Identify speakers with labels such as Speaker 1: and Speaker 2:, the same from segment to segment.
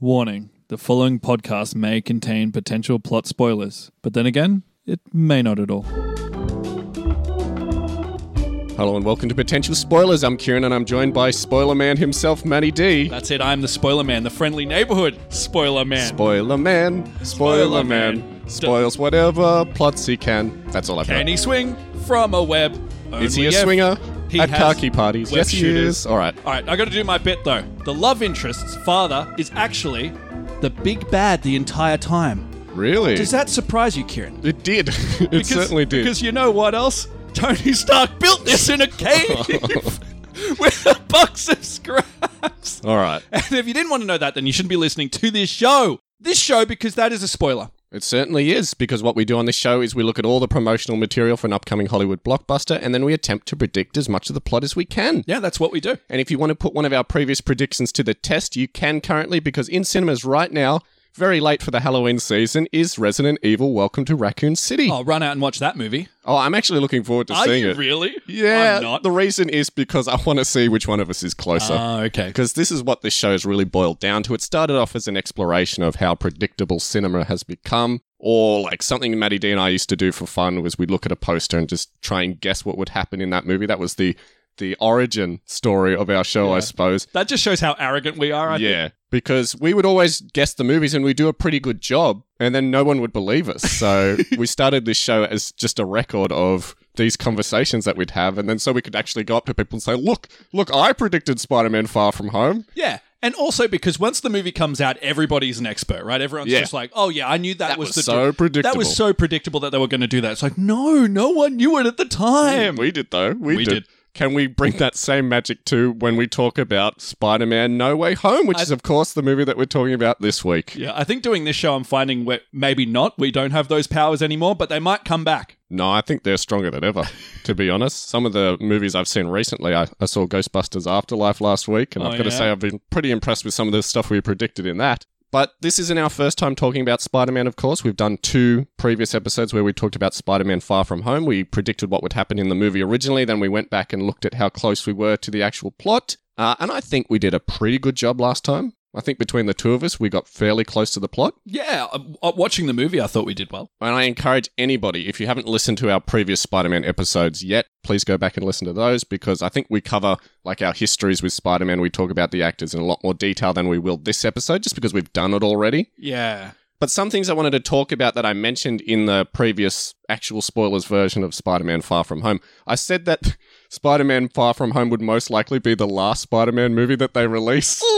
Speaker 1: Warning the following podcast may contain potential plot spoilers, but then again, it may not at all.
Speaker 2: Hello and welcome to Potential Spoilers. I'm Kieran and I'm joined by Spoiler Man himself, Manny D.
Speaker 1: That's it, I'm the spoiler man, the friendly neighborhood spoiler man.
Speaker 2: Spoiler Man, Spoiler Man, spoils whatever plots he can. That's all I've
Speaker 1: Can
Speaker 2: got.
Speaker 1: he swing from a web?
Speaker 2: Is he a
Speaker 1: Only if-
Speaker 2: swinger
Speaker 1: He
Speaker 2: at
Speaker 1: has
Speaker 2: khaki parties?
Speaker 1: web
Speaker 2: Yes, he
Speaker 1: shooters.
Speaker 2: is. All right.
Speaker 1: All right, I got to do my bit though. The love interest's father is actually the big bad the entire time.
Speaker 2: Really?
Speaker 1: Does that surprise you, Kieran?
Speaker 2: it did. it certainly did.
Speaker 1: Because you know what else? Tony Stark built this in a cave with a box of scraps.
Speaker 2: all right.
Speaker 1: And if you didn't want to know that, then you shouldn't be listening to this show. This show, because that is a spoiler.
Speaker 2: It certainly is because what we do on this show is we look at all the promotional material for an upcoming Hollywood blockbuster and then we attempt to predict as much of the plot as we can.
Speaker 1: Yeah, that's what we do.
Speaker 2: And if you want to put one of our previous predictions to the test, you can currently because in cinemas right now, very late for the Halloween season, is Resident Evil Welcome to Raccoon City. Oh,
Speaker 1: I'll run out and watch that movie.
Speaker 2: I'm actually looking forward to
Speaker 1: Are
Speaker 2: seeing
Speaker 1: you
Speaker 2: it.
Speaker 1: really?
Speaker 2: yeah.
Speaker 1: I'm not.
Speaker 2: The reason is because I want to see which one of us is closer.
Speaker 1: Oh, okay.
Speaker 2: because this is what this show is really boiled down to. It started off as an exploration of how predictable cinema has become, or like something Maddie D and I used to do for fun was we'd look at a poster and just try and guess what would happen in that movie. That was the the origin story of our show, I suppose.
Speaker 1: That just shows how arrogant we are. I think.
Speaker 2: Yeah, because we would always guess the movies and we do a pretty good job, and then no one would believe us. So we started this show as just a record of these conversations that we'd have, and then so we could actually go up to people and say, "Look, look, I predicted Spider-Man: Far From Home."
Speaker 1: Yeah. And also because once the movie comes out, everybody's an expert, right? Everyone's
Speaker 2: Yeah.
Speaker 1: just like, oh, yeah, I knew that,
Speaker 2: That
Speaker 1: was,
Speaker 2: was
Speaker 1: the.
Speaker 2: so predictable.
Speaker 1: That was so predictable that they were going to do that. It's like, no, no one knew it at the time.
Speaker 2: We did though. We,
Speaker 1: We
Speaker 2: did.
Speaker 1: did.
Speaker 2: Can we bring that same magic to when we talk about Spider-Man: No Way Home, which is of course the movie that we're talking about this week?
Speaker 1: Yeah, I think doing this show, I'm finding we maybe not. We don't have those powers anymore, but they might come back.
Speaker 2: No, I think they're stronger than ever. to be honest, some of the movies I've seen recently, I, I saw Ghostbusters Afterlife last week, and
Speaker 1: Oh,
Speaker 2: I've got to
Speaker 1: yeah?
Speaker 2: say I've been pretty impressed with some of the stuff we predicted in that. But this isn't our first time talking about Spider Man, of course. We've done two previous episodes where we talked about Spider Man Far From Home. We predicted what would happen in the movie originally, then we went back and looked at how close we were to the actual plot. Uh, and I think we did a pretty good job last time. I think between the two of us, we got fairly close to the plot.
Speaker 1: Yeah, uh, uh, watching the movie, I thought we did well.
Speaker 2: And I encourage anybody, if you haven't listened to our previous Spider Man episodes yet, please go back and listen to those because I think we cover like our histories with Spider Man. We talk about the actors in a lot more detail than we will this episode just because we've done it already.
Speaker 1: Yeah.
Speaker 2: But some things I wanted to talk about that I mentioned in the previous actual spoilers version of Spider Man Far From Home. I said that Spider Man Far From Home would most likely be the last Spider Man movie that they release.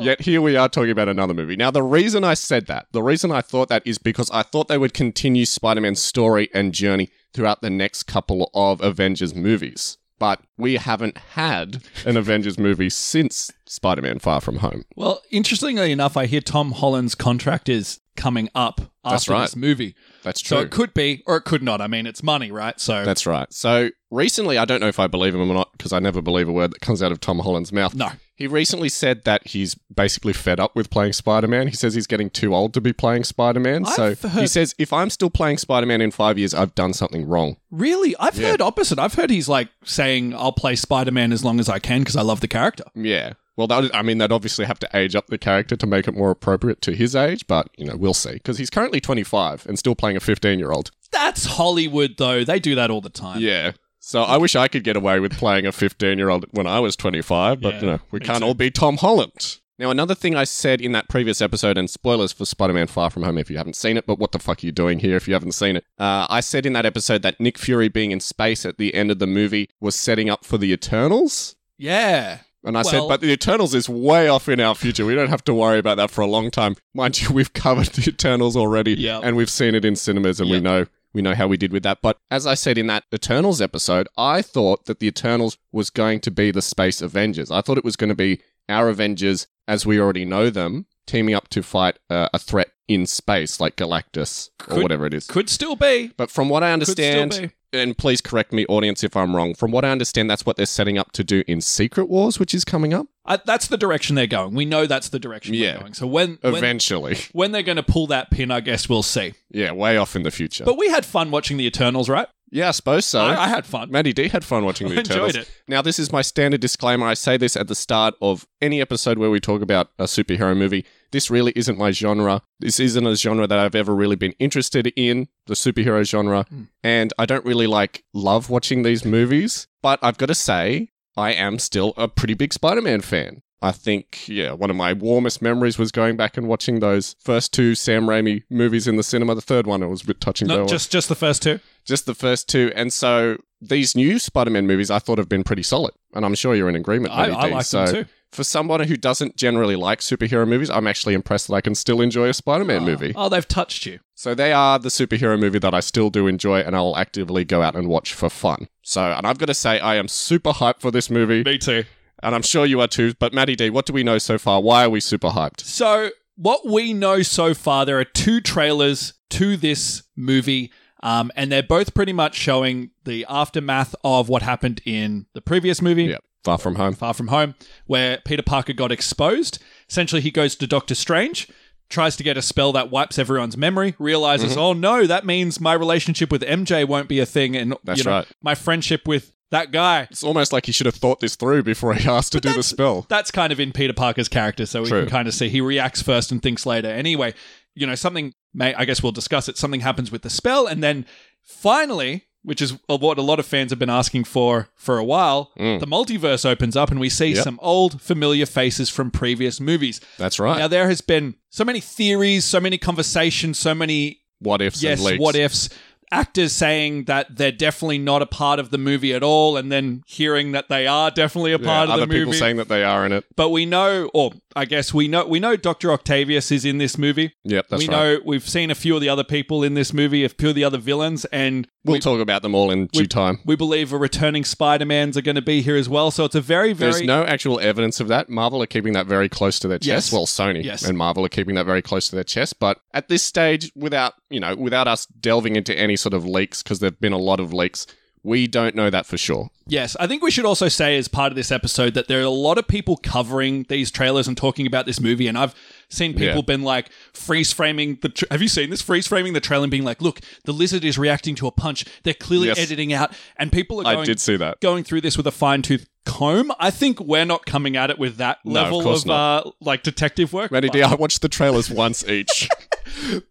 Speaker 2: Yet here we are talking about another movie. Now, the reason I said that, the reason I thought that is because I thought they would continue Spider Man's story and journey throughout the next couple of Avengers movies. But we haven't had an Avengers movie since Spider Man Far From Home.
Speaker 1: Well, interestingly enough, I hear Tom Holland's contract is coming up
Speaker 2: That's
Speaker 1: after
Speaker 2: right.
Speaker 1: this movie.
Speaker 2: That's
Speaker 1: So
Speaker 2: true.
Speaker 1: it could be, or it could not. I mean, it's money, right? So
Speaker 2: That's right. So recently, I don't know if I believe him or not because I never believe a word that comes out of Tom Holland's mouth.
Speaker 1: no.
Speaker 2: He recently said that he's basically fed up with playing Spider Man. He says he's getting too old to be playing Spider Man. So
Speaker 1: I've
Speaker 2: he
Speaker 1: heard-
Speaker 2: says, if I'm still playing Spider Man in five years, I've done something wrong.
Speaker 1: Really? I've
Speaker 2: Yeah.
Speaker 1: heard opposite. I've heard he's like saying, I'll play Spider Man as long as I can because I love the character.
Speaker 2: Yeah. Well, that, I mean, they'd obviously have to age up the character to make it more appropriate to his age, but, you know, we'll see. Because he's currently 25 and still playing a 15 year old.
Speaker 1: That's Hollywood, though. They do that all the time.
Speaker 2: Yeah. So I wish I could get away with playing a 15 year old when I was 25, but
Speaker 1: Yeah,
Speaker 2: you know, we
Speaker 1: me
Speaker 2: can't
Speaker 1: too.
Speaker 2: all be Tom Holland. Now, another thing I said in that previous episode, and spoilers for Spider Man Far From Home if you haven't seen it, but what the fuck are you doing here if you haven't seen it? Uh, I said in that episode that Nick Fury being in space at the end of the movie was setting up for the Eternals.
Speaker 1: Yeah.
Speaker 2: And I said,
Speaker 1: Well-
Speaker 2: but the Eternals is way off in our future. We don't have to worry about that for a long time. Mind you, we've covered the Eternals already
Speaker 1: Yep.
Speaker 2: and we've seen it in cinemas and we
Speaker 1: Yep.
Speaker 2: know we know how we did with that. But as I said in that Eternals episode, I thought that the Eternals was going to be the Space Avengers. I thought it was going to be our Avengers as we already know them, teaming up to fight uh, a threat in space like Galactus or
Speaker 1: Could-
Speaker 2: whatever it is.
Speaker 1: Could still be.
Speaker 2: But from what I
Speaker 1: Could still
Speaker 2: understand,
Speaker 1: be.
Speaker 2: and please correct me, audience, if I'm wrong. From what I understand, that's what they're setting up to do in Secret Wars, which is coming up
Speaker 1: I, that's the direction they're going. We know that's the direction
Speaker 2: Yeah.
Speaker 1: they're going. So when when,
Speaker 2: eventually.
Speaker 1: when they're going to pull that pin, I guess we'll see.
Speaker 2: Yeah, way off in the future.
Speaker 1: But we had fun watching the Eternals, right?
Speaker 2: Yeah, I suppose so.
Speaker 1: I, I had fun.
Speaker 2: Maddie D had fun watching the
Speaker 1: I enjoyed
Speaker 2: Turtles.
Speaker 1: it.
Speaker 2: Now, this is my standard disclaimer. I say this at the start of any episode where we talk about a superhero movie. This really isn't my genre. This isn't a genre that I've ever really been interested in, the superhero genre.
Speaker 1: Hmm.
Speaker 2: And I don't really like love watching these movies. But I've got to say, I am still a pretty big Spider Man fan. I think, yeah, one of my warmest memories was going back and watching those first two Sam Raimi movies in the cinema. The third one, it was a bit touching.
Speaker 3: Not just just the first two.
Speaker 2: Just the first two. And so these new Spider Man movies I thought have been pretty solid. And I'm sure you're in agreement.
Speaker 3: I,
Speaker 2: Matty
Speaker 3: I
Speaker 2: D.
Speaker 3: like
Speaker 2: so
Speaker 3: them too.
Speaker 2: For someone who doesn't generally like superhero movies, I'm actually impressed that I can still enjoy a Spider
Speaker 3: Ah.
Speaker 2: Man movie.
Speaker 1: Oh, they've touched you.
Speaker 2: So they are the superhero movie that I still do enjoy and I'll actively go out and watch for fun. So, and I've got to say, I am super hyped for this movie.
Speaker 1: Me too.
Speaker 2: And I'm sure you are too. But Maddie D, what do we know so far? Why are we super hyped?
Speaker 1: So, what we know so far, there are two trailers to this movie, um, and they're both pretty much showing the aftermath of what happened in the previous movie,
Speaker 2: Yeah, Far From Home.
Speaker 1: Far From Home, where Peter Parker got exposed. Essentially, he goes to Doctor Strange, tries to get a spell that wipes everyone's memory, realizes,
Speaker 2: Mm-hmm.
Speaker 1: oh no, that means my relationship with MJ won't be a thing, and
Speaker 2: That's
Speaker 1: you know,
Speaker 2: right.
Speaker 1: my friendship with that guy.
Speaker 2: It's almost like he should have thought this through before he asked to do the spell.
Speaker 1: that's kind of in Peter Parker's character, so we
Speaker 2: True.
Speaker 1: can kind of see he reacts first and thinks later. Anyway, you know, something may I guess we'll discuss it. Something happens with the spell, and then finally, which is what a lot of fans have been asking for for a while, the multiverse opens up and we see
Speaker 2: Mm. Yep.
Speaker 1: some old familiar faces from previous movies.
Speaker 2: That's right.
Speaker 1: Now there has been so many theories, so many conversations, so many
Speaker 2: what ifs
Speaker 1: yes,
Speaker 2: and leaks.
Speaker 1: what ifs. Actors saying that they're definitely not a part of the movie at all, and then hearing that they are definitely a
Speaker 2: Yeah,
Speaker 1: part of
Speaker 2: other
Speaker 1: the movie
Speaker 2: people saying that they are in it.
Speaker 1: but we know, or I guess we know, we know Doctor Octavius is in this movie.
Speaker 2: Yep, that's
Speaker 1: we
Speaker 2: right.
Speaker 1: know we've seen a few of the other people in this movie, a few of the other villains, and
Speaker 2: We'll talk about them all in due time.
Speaker 1: we believe a returning Spider Man's are going to be here as well. So it's a very, very
Speaker 2: There's no actual evidence of that. Marvel are keeping that very close to their chest.
Speaker 1: Yes.
Speaker 2: Well, Sony
Speaker 1: Yes.
Speaker 2: and Marvel are keeping that very close to their chest. But at this stage, without you know, without us delving into any sort of leaks, because there've been a lot of leaks, we don't know that for sure.
Speaker 1: Yes, I think we should also say as part of this episode that there are a lot of people covering these trailers and talking about this movie, and I've seen people
Speaker 2: Yeah.
Speaker 1: been like freeze framing the. Tra- Have you seen this freeze framing the trailer and being like, "Look, the lizard is reacting to a punch. They're clearly
Speaker 2: Yes.
Speaker 1: editing out," and people are
Speaker 2: I
Speaker 1: going.
Speaker 2: did see that.
Speaker 1: Going through this with a fine tooth comb. I think we're not coming at it with that
Speaker 2: of
Speaker 1: level
Speaker 2: course
Speaker 1: of uh, like detective work.
Speaker 2: Randy
Speaker 1: but-
Speaker 2: D, I watched the trailers once each.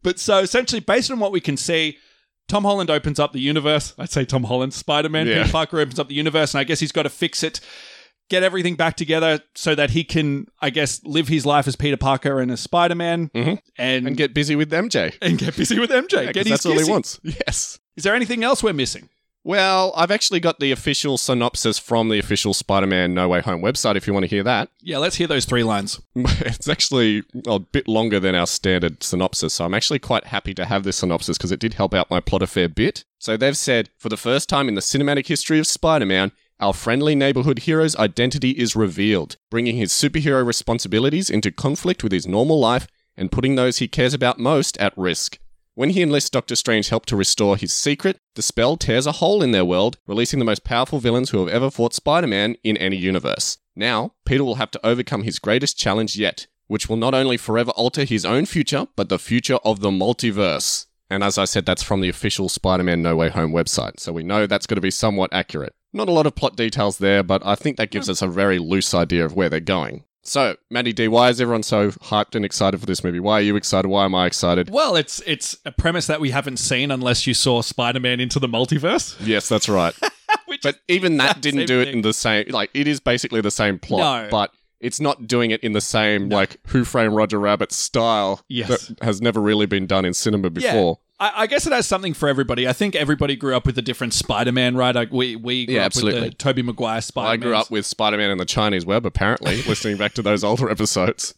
Speaker 1: but so essentially, based on what we can see, Tom Holland opens up the universe. I'd say Tom Holland, Spider Man,
Speaker 2: Yeah.
Speaker 1: Peter Parker opens up the universe, and I guess he's got to fix it, get everything back together so that he can, I guess, live his life as Peter Parker and as Spider Man,
Speaker 2: Mhm.
Speaker 1: and,
Speaker 2: and get busy with MJ.
Speaker 1: and get busy with MJ.
Speaker 2: Yeah, 'cause
Speaker 1: get his
Speaker 2: that's all he
Speaker 1: kissy.
Speaker 2: wants. Yes.
Speaker 1: Is there anything else we're missing?
Speaker 2: Well, I've actually got the official synopsis from the official Spider-Man No Way Home website. If you want to hear that.
Speaker 1: Yeah, let's hear those three lines.
Speaker 2: It's actually a bit longer than our standard synopsis, so I'm actually quite happy to have this synopsis because it did help out my plot a fair bit. So they've said, for the first time in the cinematic history of Spider Man, our friendly neighborhood hero's identity is revealed, bringing his superhero responsibilities into conflict with his normal life and putting those he cares about most at risk. When he enlists Doctor Strange's help to restore his secret, the spell tears a hole in their world, releasing the most powerful villains who have ever fought Spider Man in any universe. Now, Peter will have to overcome his greatest challenge yet, which will not only forever alter his own future, but the future of the multiverse. And as I said, that's from the official Spider Man No Way Home website, so we know that's going to be somewhat accurate. Not a lot of plot details there, but I think that gives us a very loose idea of where they're going. So, Maddie D, why is everyone so hyped and excited for this movie? Why are you excited? Why am I excited?
Speaker 1: Well, it's it's a premise that we haven't seen unless you saw Spider Man into the multiverse.
Speaker 2: Yes, that's right.
Speaker 1: Which
Speaker 2: But even that didn't
Speaker 1: same
Speaker 2: do it
Speaker 1: thing.
Speaker 2: in the same. Like it is basically the same plot,
Speaker 1: No.
Speaker 2: but it's not doing it in the same like Who Framed Roger Rabbit style
Speaker 1: Yes.
Speaker 2: that has never really been done in cinema before.
Speaker 1: I, I guess it has something for everybody. I think everybody grew up with a different Spider-Man, right? Like we we grew
Speaker 2: Yeah,
Speaker 1: up
Speaker 2: absolutely.
Speaker 1: with the Tobey Maguire Spider-Man.
Speaker 2: I grew up with Spider Man and the Chinese Web, apparently, listening back to those older episodes.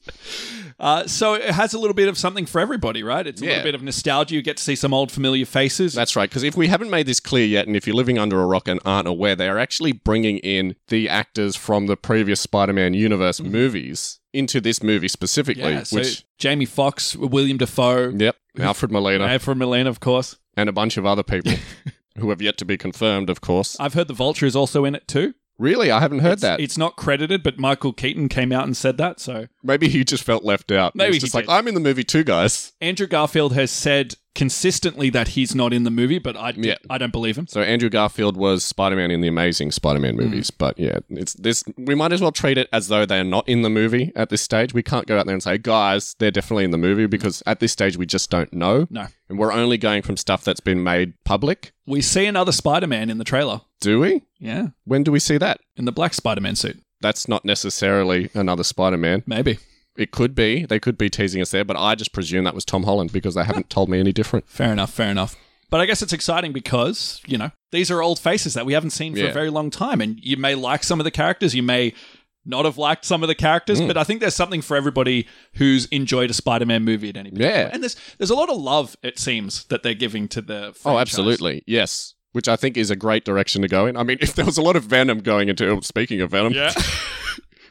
Speaker 1: uh, so it has a little bit of something for everybody, right? It's a
Speaker 2: Yeah.
Speaker 1: little bit of nostalgia. You get to see some old familiar faces.
Speaker 2: That's right, because if we haven't made this clear yet, and if you're living under a rock and aren't aware, they are actually bringing in the actors from the previous Spider Man universe movies into this movie specifically,
Speaker 1: Mm-hmm. yeah. So
Speaker 2: which,
Speaker 1: Jamie Fox, William Defoe,
Speaker 2: yep, Alfred Molina.
Speaker 1: Alfred Molina, of course.
Speaker 2: and a bunch of other people who have yet to be confirmed, of course.
Speaker 1: I've heard the Vulture is also in it too.
Speaker 2: Really? I haven't heard that.
Speaker 1: It's not credited, but Michael Keaton came out and said that. So
Speaker 2: Maybe he just felt left out.
Speaker 1: Maybe
Speaker 2: Maybe
Speaker 1: he
Speaker 2: he's just like,
Speaker 1: did.
Speaker 2: I'm in the movie too, guys.
Speaker 1: Andrew Garfield has said consistently that he's not in the movie, but I,
Speaker 2: Yeah.
Speaker 1: I don't believe him.
Speaker 2: So Andrew Garfield was Spider Man in the Amazing Spider
Speaker 1: Hmm.
Speaker 2: Man movies, but yeah, it's this. We might as well treat it as though they're not in the movie at this stage. We can't go out there and say, guys, they're definitely in the movie because at this stage we just don't know,
Speaker 1: Hmm. No.
Speaker 2: and we're only going from stuff that's been made public.
Speaker 1: We see another Spider Man in the trailer.
Speaker 2: Do we?
Speaker 1: Yeah.
Speaker 2: When do we see that?
Speaker 1: In the black Spider Man suit.
Speaker 2: That's not necessarily another Spider Man.
Speaker 1: Maybe.
Speaker 2: It could be. They could be teasing us there, but I just presume that was Tom Holland because they haven't told me any different.
Speaker 1: Fair enough. Fair enough. But I guess it's exciting because, you know, these are old faces that we haven't seen for
Speaker 2: Yeah.
Speaker 1: a very long time. And you may like some of the characters. You may not have liked some of the characters,
Speaker 2: Hmm.
Speaker 1: but I think there's something for everybody who's enjoyed a Spider Man movie at any point.
Speaker 2: Yeah.
Speaker 1: And there's, there's a lot of love, it seems, that they're giving to the. Franchise.
Speaker 2: Oh, absolutely. Yes. Which I think is a great direction to go in. I mean, if there was a lot of Venom going into oh, speaking of Venom,
Speaker 1: Yeah.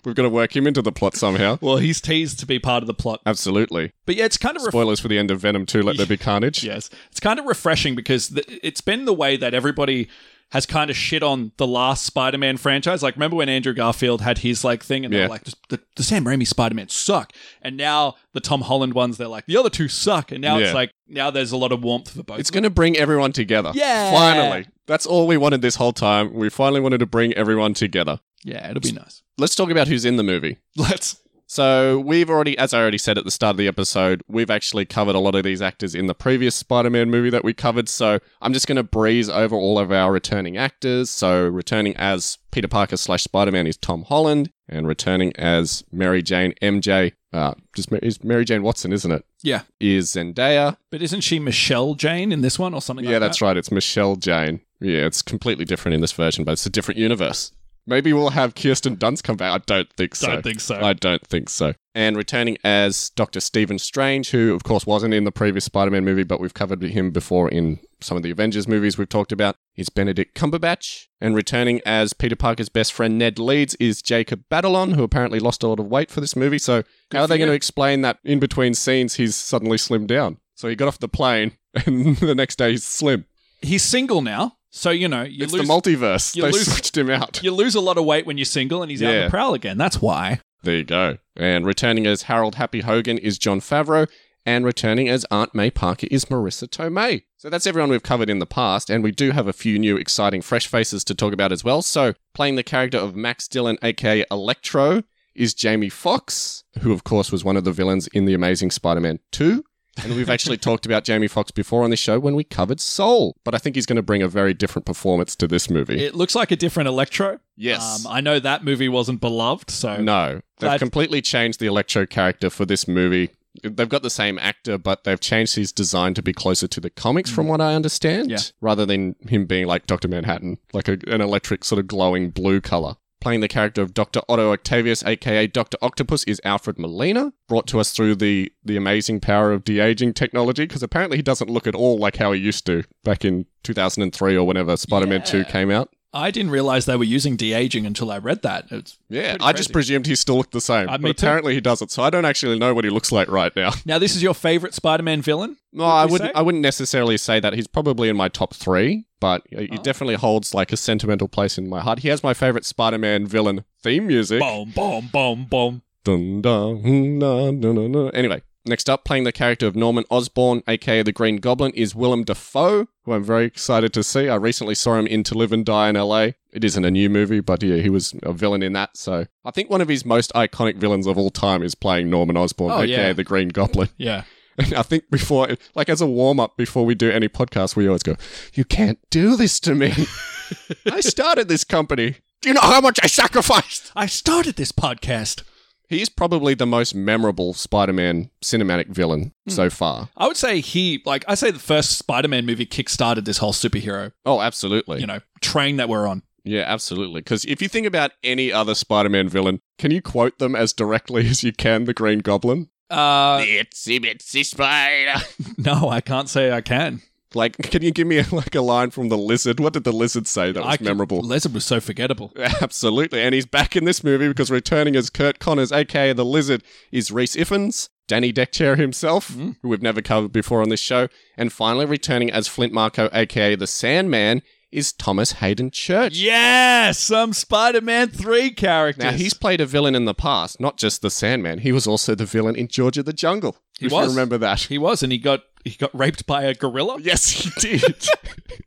Speaker 2: we've got to work him into the plot somehow.
Speaker 1: well, he's teased to be part of the plot.
Speaker 2: Uh, Absolutely.
Speaker 1: But yeah, it's kind of refreshing.
Speaker 2: Spoilers for the end of Venom 2, Let There Be Carnage.
Speaker 1: Yes. It's kind of refreshing because th- it's been the way that everybody has kind of shit on the last Spider-Man franchise. Like, remember when Andrew Garfield had his like thing, and they
Speaker 2: Yeah.
Speaker 1: were like, the, the Sam Raimi Spider-Man suck, and now the Tom Holland ones, they're like, the other two suck, and now
Speaker 2: Yeah.
Speaker 1: it's like, now there's a lot of warmth for both. It's
Speaker 2: It's going to bring everyone together.
Speaker 1: Yeah.
Speaker 2: Finally. That's all we wanted this whole time. We finally wanted to bring everyone together.
Speaker 1: yeah, it'll be nice.
Speaker 2: Let's talk about who's in the movie.
Speaker 1: Let's.
Speaker 2: So we've already, as I already said at the start of the episode, we've actually covered a lot of these actors in the previous Spider-Man movie that we covered. So I'm just going to breeze over all of our returning actors. So returning as Peter Parker slash Spider-Man is Tom Holland, and returning as Mary Jane MJ, uh, just Ma- is Mary Jane Watson, isn't it?
Speaker 1: Yeah.
Speaker 2: Is Zendaya?
Speaker 1: But isn't she Michelle Jane in this one or something?
Speaker 2: yeah, that's right. It's Michelle Jane. Yeah, it's completely different in this version, but it's a different universe. Maybe we'll have Kirsten Dunst come back. I don't think so.
Speaker 1: Don't think so.
Speaker 2: I don't think so. And returning as Dr. Stephen Strange, who, of course, wasn't in the previous Spider Man movie, but we've covered him before in some of the Avengers movies we've talked about, is Benedict Cumberbatch. And returning as Peter Parker's best friend, Ned Leeds, is Jacob Batalon, who apparently lost a lot of weight for this movie. So, how are
Speaker 1: for
Speaker 2: they going
Speaker 1: you.
Speaker 2: to explain that in between scenes he's suddenly slimmed down? So, he got off the plane, and the next day he's slim.
Speaker 1: He's single now, so you know you
Speaker 2: it's
Speaker 1: lose
Speaker 2: the multiverse.
Speaker 1: you
Speaker 2: They
Speaker 1: lose-
Speaker 2: switched him out.
Speaker 1: you lose a lot of weight when you're single, and he's out on
Speaker 2: Yeah.
Speaker 1: the prowl again. That's why.
Speaker 2: There you go. And returning as Harold Happy Hogan is John Favreau, and returning as Aunt May Parker is Marissa Tomei. So that's everyone we've covered in the past, and we do have a few new exciting fresh faces to talk about as well. So playing the character of Max Dillon, aka Electro, is Jamie Foxx, who of course was one of the villains in The Amazing Spider-Man 2. and we've actually talked about Jamie Foxx before on the show when we covered Soul, but I think he's going to bring a very different performance to this movie.
Speaker 1: It looks like a different Electro.
Speaker 2: yes.
Speaker 1: Um, I know that movie wasn't beloved, so
Speaker 2: No, they've
Speaker 1: Glad-
Speaker 2: completely changed the Electro character for this movie. They've got the same actor, but they've changed his design to be closer to the comics, from what I understand,
Speaker 1: Mm. Yeah.
Speaker 2: rather than him being like Dr. Manhattan, like a, an electric sort of glowing blue color. Playing the character of Dr. Otto Octavius, aka Dr. Octopus, is Alfred Molina, brought to us through the, the amazing power of de aging technology, because apparently he doesn't look at all like how he used to back in 2003 or whenever Spider Man 2
Speaker 1: Yeah.
Speaker 2: came out.
Speaker 1: I didn't realize they were using de aging until I read that. It's-
Speaker 2: Yeah,
Speaker 1: Pretty
Speaker 2: I just
Speaker 1: crazy.
Speaker 2: presumed he still looked the same,
Speaker 1: Uh,
Speaker 2: but
Speaker 1: me too.
Speaker 2: apparently he doesn't. So I don't actually know what he looks like right now.
Speaker 1: now, this is your favorite Spider-Man villain.
Speaker 2: No, I
Speaker 1: we
Speaker 2: wouldn't.
Speaker 1: say?
Speaker 2: I wouldn't necessarily say that he's probably in my top three, but he he
Speaker 1: Oh.
Speaker 2: definitely holds like a sentimental place in my heart. He has my favorite Spider-Man villain theme music.
Speaker 1: Boom, boom, boom, boom.
Speaker 2: Dun, dun, hmm, dun, dun, dun, dun. Anyway, next up, playing the character of Norman Osborn, aka the Green Goblin, is Willem Dafoe, who I'm very excited to see. I recently saw him in To Live and Die in LA. It isn't a new movie, but yeah, he was a villain in that. So I think one of his most iconic villains of all time is playing Norman Osborn,
Speaker 1: Oh,
Speaker 2: aka
Speaker 1: yeah.
Speaker 2: the Green Goblin.
Speaker 1: Yeah.
Speaker 2: And I think before, like as a warm up before we do any podcast, we always go, You can't do this to me. I started this company. Do you know how much I sacrificed?
Speaker 1: I started this podcast.
Speaker 2: He's probably the most memorable Spider Man cinematic villain
Speaker 1: Hmm.
Speaker 2: so far.
Speaker 1: I would say he, like, I say the first Spider-Man movie kickstarted this whole superhero,
Speaker 2: Oh, absolutely.
Speaker 1: you know, train that we're on.
Speaker 2: Yeah, absolutely. Because if you think about any other Spider Man villain, can you quote them as directly as you can the Green Goblin?
Speaker 1: Uh,
Speaker 2: Itsy bitsy spider.
Speaker 1: no, I can't say I can.
Speaker 2: Like, can you give me like a line from the lizard? What did the lizard say that was
Speaker 1: I can-
Speaker 2: memorable?
Speaker 1: Lizard was so forgettable.
Speaker 2: Absolutely. And he's back in this movie because returning as Kurt Connors, aka the Lizard, is Reese Iffens, Danny Deckchair himself,
Speaker 1: Mm.
Speaker 2: who we've never covered before on this show. And finally, returning as Flint Marco, aka the Sandman, is Thomas Hayden Church.
Speaker 1: Yes, some Spider-Man three characters.
Speaker 2: Now, he's played a villain in the past, not just the Sandman. He was also the villain in George of the Jungle.
Speaker 1: He
Speaker 2: if
Speaker 1: was.
Speaker 2: you remember that.
Speaker 1: he was, and he got he got raped by a gorilla.
Speaker 2: Yes, he did.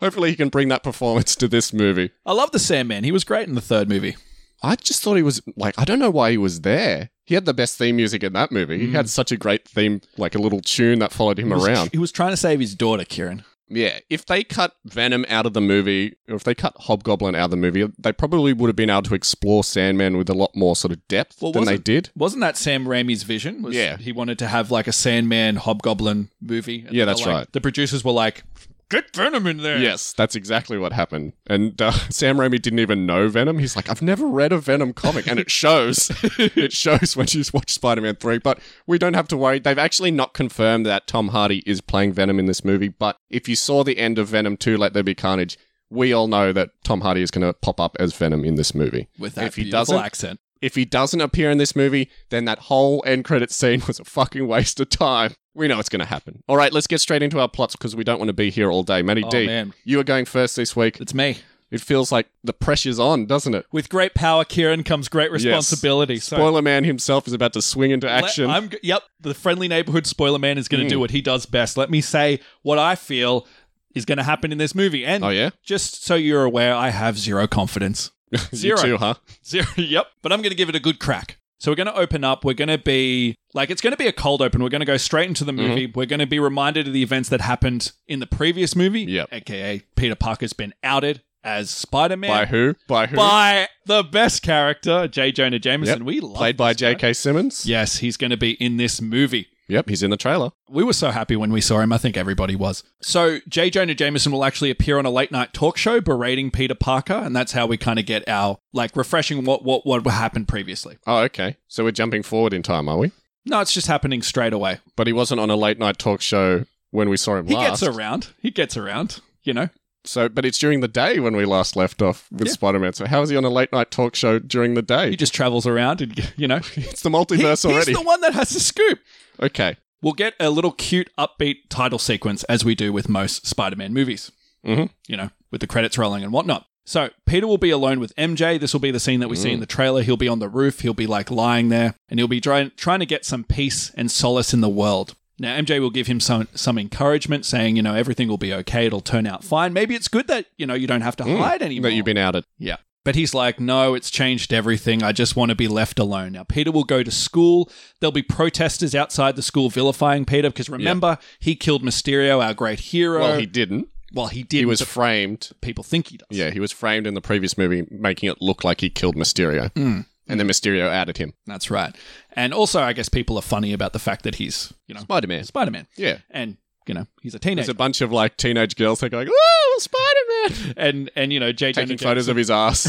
Speaker 2: Hopefully, he can bring that performance to this movie.
Speaker 1: I love the Sandman. He was great in the third movie.
Speaker 2: I just thought he was like, I don't know why he was there. He had the best theme music in that movie. He had such a great theme, like a little tune that followed him
Speaker 1: He was-
Speaker 2: around.
Speaker 1: he was trying to save his daughter, Kieran.
Speaker 2: Yeah, if they cut Venom out of the movie, or if they cut Hobgoblin out of the movie, they probably would have been able to explore Sandman with a lot more sort of depth
Speaker 1: Well,
Speaker 2: than they
Speaker 1: wasn't-
Speaker 2: did.
Speaker 1: Wasn't that Sam Raimi's vision? Was
Speaker 2: Yeah.
Speaker 1: He wanted to have like a Sandman Hobgoblin movie. And
Speaker 2: Yeah,
Speaker 1: they were
Speaker 2: that's
Speaker 1: like-
Speaker 2: right.
Speaker 1: The producers were like, get Venom in there.
Speaker 2: Yes, that's exactly what happened. And uh, Sam Raimi didn't even know Venom. He's like, I've never read a Venom comic, and it shows. it shows when you watch Spider-Man three. But we don't have to worry. They've actually not confirmed that Tom Hardy is playing Venom in this movie. But if you saw the end of Venom two, Let There Be Carnage, we all know that Tom Hardy is going to pop up as Venom in this movie.
Speaker 1: With that
Speaker 2: If he
Speaker 1: beautiful
Speaker 2: doesn't-
Speaker 1: accent.
Speaker 2: If he doesn't appear in this movie, then that whole end credit scene was a fucking waste of time. We know it's going to happen. All right, let's get straight into our plots because we don't want to be here all day. Matty
Speaker 1: Oh,
Speaker 2: D,
Speaker 1: man.
Speaker 2: you are going first this week.
Speaker 1: It's me.
Speaker 2: It feels like the pressure's on, doesn't it?
Speaker 1: With great power, Kieran, comes great responsibility. So-
Speaker 2: Spoiler Man himself is about to swing into
Speaker 1: Let-
Speaker 2: action.
Speaker 1: I'm, g- yep, the friendly neighborhood spoiler man is going to
Speaker 2: Mm.
Speaker 1: do what he does best. Let me say what I feel is going to happen in this movie. And
Speaker 2: oh yeah,
Speaker 1: just so you're aware, I have zero confidence. Zero.
Speaker 2: you too, huh?
Speaker 1: Zero. Yep. But I'm going to give it a good crack. So we're going to open up. We're going to be like, it's going to be a cold open. We're going to go straight into the movie.
Speaker 2: Mm-hmm.
Speaker 1: We're going to be reminded of the events that happened in the previous movie.
Speaker 2: Yep.
Speaker 1: AKA Peter Parker's been outed as Spider
Speaker 2: By
Speaker 1: Man
Speaker 2: who? By who?
Speaker 1: by the best character, J. Jonah Jameson.
Speaker 2: Yep.
Speaker 1: We love
Speaker 2: Played by
Speaker 1: this guy.
Speaker 2: J.K. Simmons.
Speaker 1: Yes, he's going to be in this movie.
Speaker 2: Yep, he's in the trailer.
Speaker 1: We were so happy when we saw him. I think everybody was. So, J. Jonah Jameson will actually appear on a late night talk show berating Peter Parker, and that's how we kind of get our, like, refreshing what, what, what happened previously.
Speaker 2: Oh, okay. So we're jumping forward in time, are we?
Speaker 1: No, it's just happening straight away.
Speaker 2: But he wasn't on a late night talk show when we saw him
Speaker 1: He
Speaker 2: last.
Speaker 1: gets around. He gets around, you know?
Speaker 2: So, but it's during the day when we last left off with
Speaker 1: Yeah.
Speaker 2: Spider-Man. So how is he on a late night talk show during the day?
Speaker 1: He just travels around and, you know.
Speaker 2: it's the
Speaker 1: He-
Speaker 2: multiverse already.
Speaker 1: He's the one that has the scoop.
Speaker 2: okay.
Speaker 1: We'll get a little cute, upbeat title sequence as we do with most Spider Man movies.
Speaker 2: Mhm.
Speaker 1: You know, with the credits rolling and whatnot. So, Peter will be alone with MJ. This will be the scene that we see
Speaker 2: Mm.
Speaker 1: in the trailer. He'll be on the roof. He'll be like lying there and he'll be trying, trying to get some peace and solace in the world. Now, MJ will give him some, some encouragement, saying, you know, everything will be okay. It'll turn out fine. Maybe it's good that, you know, you don't have to
Speaker 2: Mm,
Speaker 1: hide anymore.
Speaker 2: That you've been outed.
Speaker 1: Yeah. But he's like, no, it's changed everything. I just want to be left alone. Now, Peter will go to school. There'll be protesters outside the school vilifying Peter because remember, he killed Mysterio, our great hero.
Speaker 2: Well, he didn't.
Speaker 1: well, he did.
Speaker 2: He was
Speaker 1: but
Speaker 2: framed
Speaker 1: people think he does.
Speaker 2: Yeah, he was framed in the previous movie, making it look like he killed Mysterio.
Speaker 1: Hmm.
Speaker 2: And then Mysterio added him.
Speaker 1: That's right. And also, I guess people are funny about the fact that he's, you know,
Speaker 2: Spider Man.
Speaker 1: Spider Man.
Speaker 2: Yeah.
Speaker 1: And, you know, he's a
Speaker 2: There's
Speaker 1: teenager.
Speaker 2: a bunch of like teenage girls that are going, Oh, Spider Man!
Speaker 1: and, and, you know, J.
Speaker 2: Taking
Speaker 1: Jonah
Speaker 2: photos of his ass.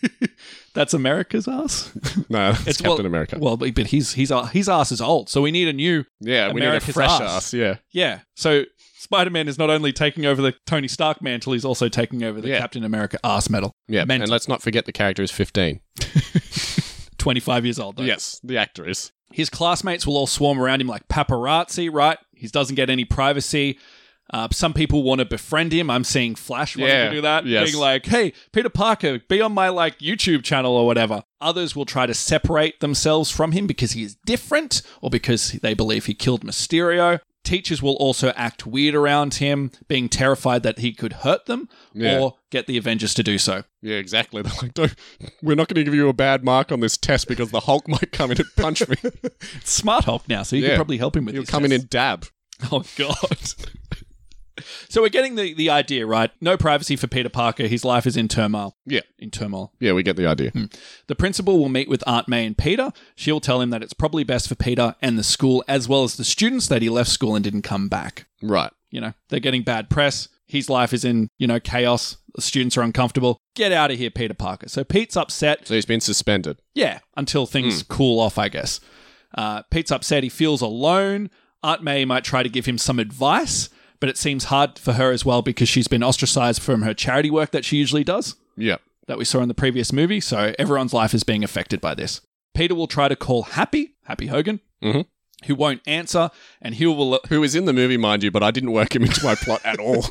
Speaker 1: Jameson- That's America's ass.
Speaker 2: no, it's, Captain
Speaker 1: well-
Speaker 2: America.
Speaker 1: Well, but but he's, he's, his ass is old. So we need a new
Speaker 2: yeah, we need a
Speaker 1: America's
Speaker 2: fresh
Speaker 1: ass.
Speaker 2: ass. Yeah.
Speaker 1: Yeah. So Spider Man is not only taking over the Tony Stark mantle, he's also taking over the
Speaker 2: Yeah.
Speaker 1: Captain America arse medal.
Speaker 2: Yeah.
Speaker 1: Meant-
Speaker 2: And let's not forget the character is 15.
Speaker 1: 25 years old, though.
Speaker 2: Yes, the actor is.
Speaker 1: His classmates will all swarm around him like paparazzi, right? He doesn't get any privacy. Uh, some people want to befriend him. I'm seeing Flash wanting
Speaker 2: Yeah.
Speaker 1: to do that,
Speaker 2: Yes.
Speaker 1: being like, "Hey, Peter Parker, be on my like YouTube channel or whatever." Others will try to separate themselves from him because he is different, or because they believe he killed Mysterio. Teachers will also act weird around him, being terrified that he could hurt them
Speaker 2: Yeah.
Speaker 1: or get the Avengers to do so.
Speaker 2: Yeah, exactly. They're like, Don't, we're not going to give you a bad mark on this test because the Hulk might come in and punch me.
Speaker 1: Smart Hulk now, so you
Speaker 2: Yeah.
Speaker 1: can probably help him with
Speaker 2: He'll
Speaker 1: these
Speaker 2: come in
Speaker 1: tests.
Speaker 2: and dab.
Speaker 1: Oh God. so we're getting the, the idea, right? No privacy for Peter Parker. His life is in turmoil.
Speaker 2: Yeah.
Speaker 1: In turmoil.
Speaker 2: Yeah, we get the idea.
Speaker 1: Hmm. The principal will meet with Aunt May and Peter. She'll tell him that it's probably best for Peter and the school, as well as the students, that he left school and didn't come back.
Speaker 2: Right.
Speaker 1: You know, they're getting bad press. His life is in, you know, chaos. The students are uncomfortable. Get out of here, Peter Parker. So Pete's upset.
Speaker 2: So he's been suspended.
Speaker 1: Yeah, until things
Speaker 2: Hmm.
Speaker 1: cool off, I guess. Uh, Pete's upset. He feels alone. Aunt May might try to give him some advice, but it seems hard for her as well because she's been ostracized from her charity work that she usually does,
Speaker 2: Yeah.
Speaker 1: that we saw in the previous movie. So everyone's life is being affected by this. Peter will try to call Happy, Happy Hogan,
Speaker 2: Mhm.
Speaker 1: who won't answer, and he will.
Speaker 2: Who is in the movie, mind you, but I didn't work him into my plot at all.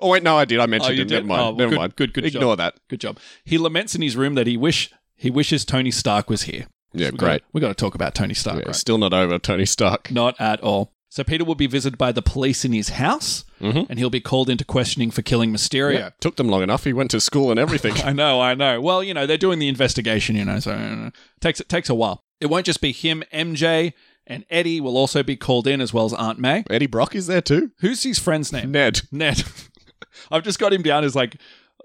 Speaker 2: oh, wait, no, I did. I mentioned
Speaker 1: Oh, you
Speaker 2: him.
Speaker 1: did?
Speaker 2: Never mind.
Speaker 1: Oh, well,
Speaker 2: Never
Speaker 1: good-
Speaker 2: mind.
Speaker 1: good- good
Speaker 2: Ignore that.
Speaker 1: Good job. He laments in his room that he wish he wishes Tony Stark was here.
Speaker 2: Yeah,
Speaker 1: We
Speaker 2: great.
Speaker 1: Gotta, we got to talk about Tony Stark,
Speaker 2: Yeah,
Speaker 1: right?
Speaker 2: Still not over Tony Stark.
Speaker 1: Not at all. So Peter will be visited by the police in his house,
Speaker 2: Mm-hmm.
Speaker 1: and he'll be called into questioning for killing Mysterio.
Speaker 2: Yeah, Took them long enough. He went to school and everything.
Speaker 1: I know, I know. Well, you know, they're doing the investigation, you know, so uh, takes it takes a while. It won't just be him, MJ, and Eddie will also be called in as well as Aunt May.
Speaker 2: Eddie Brock is there too.
Speaker 1: Who's his friend's name?
Speaker 2: Ned.
Speaker 1: Ned. I've just got him down as like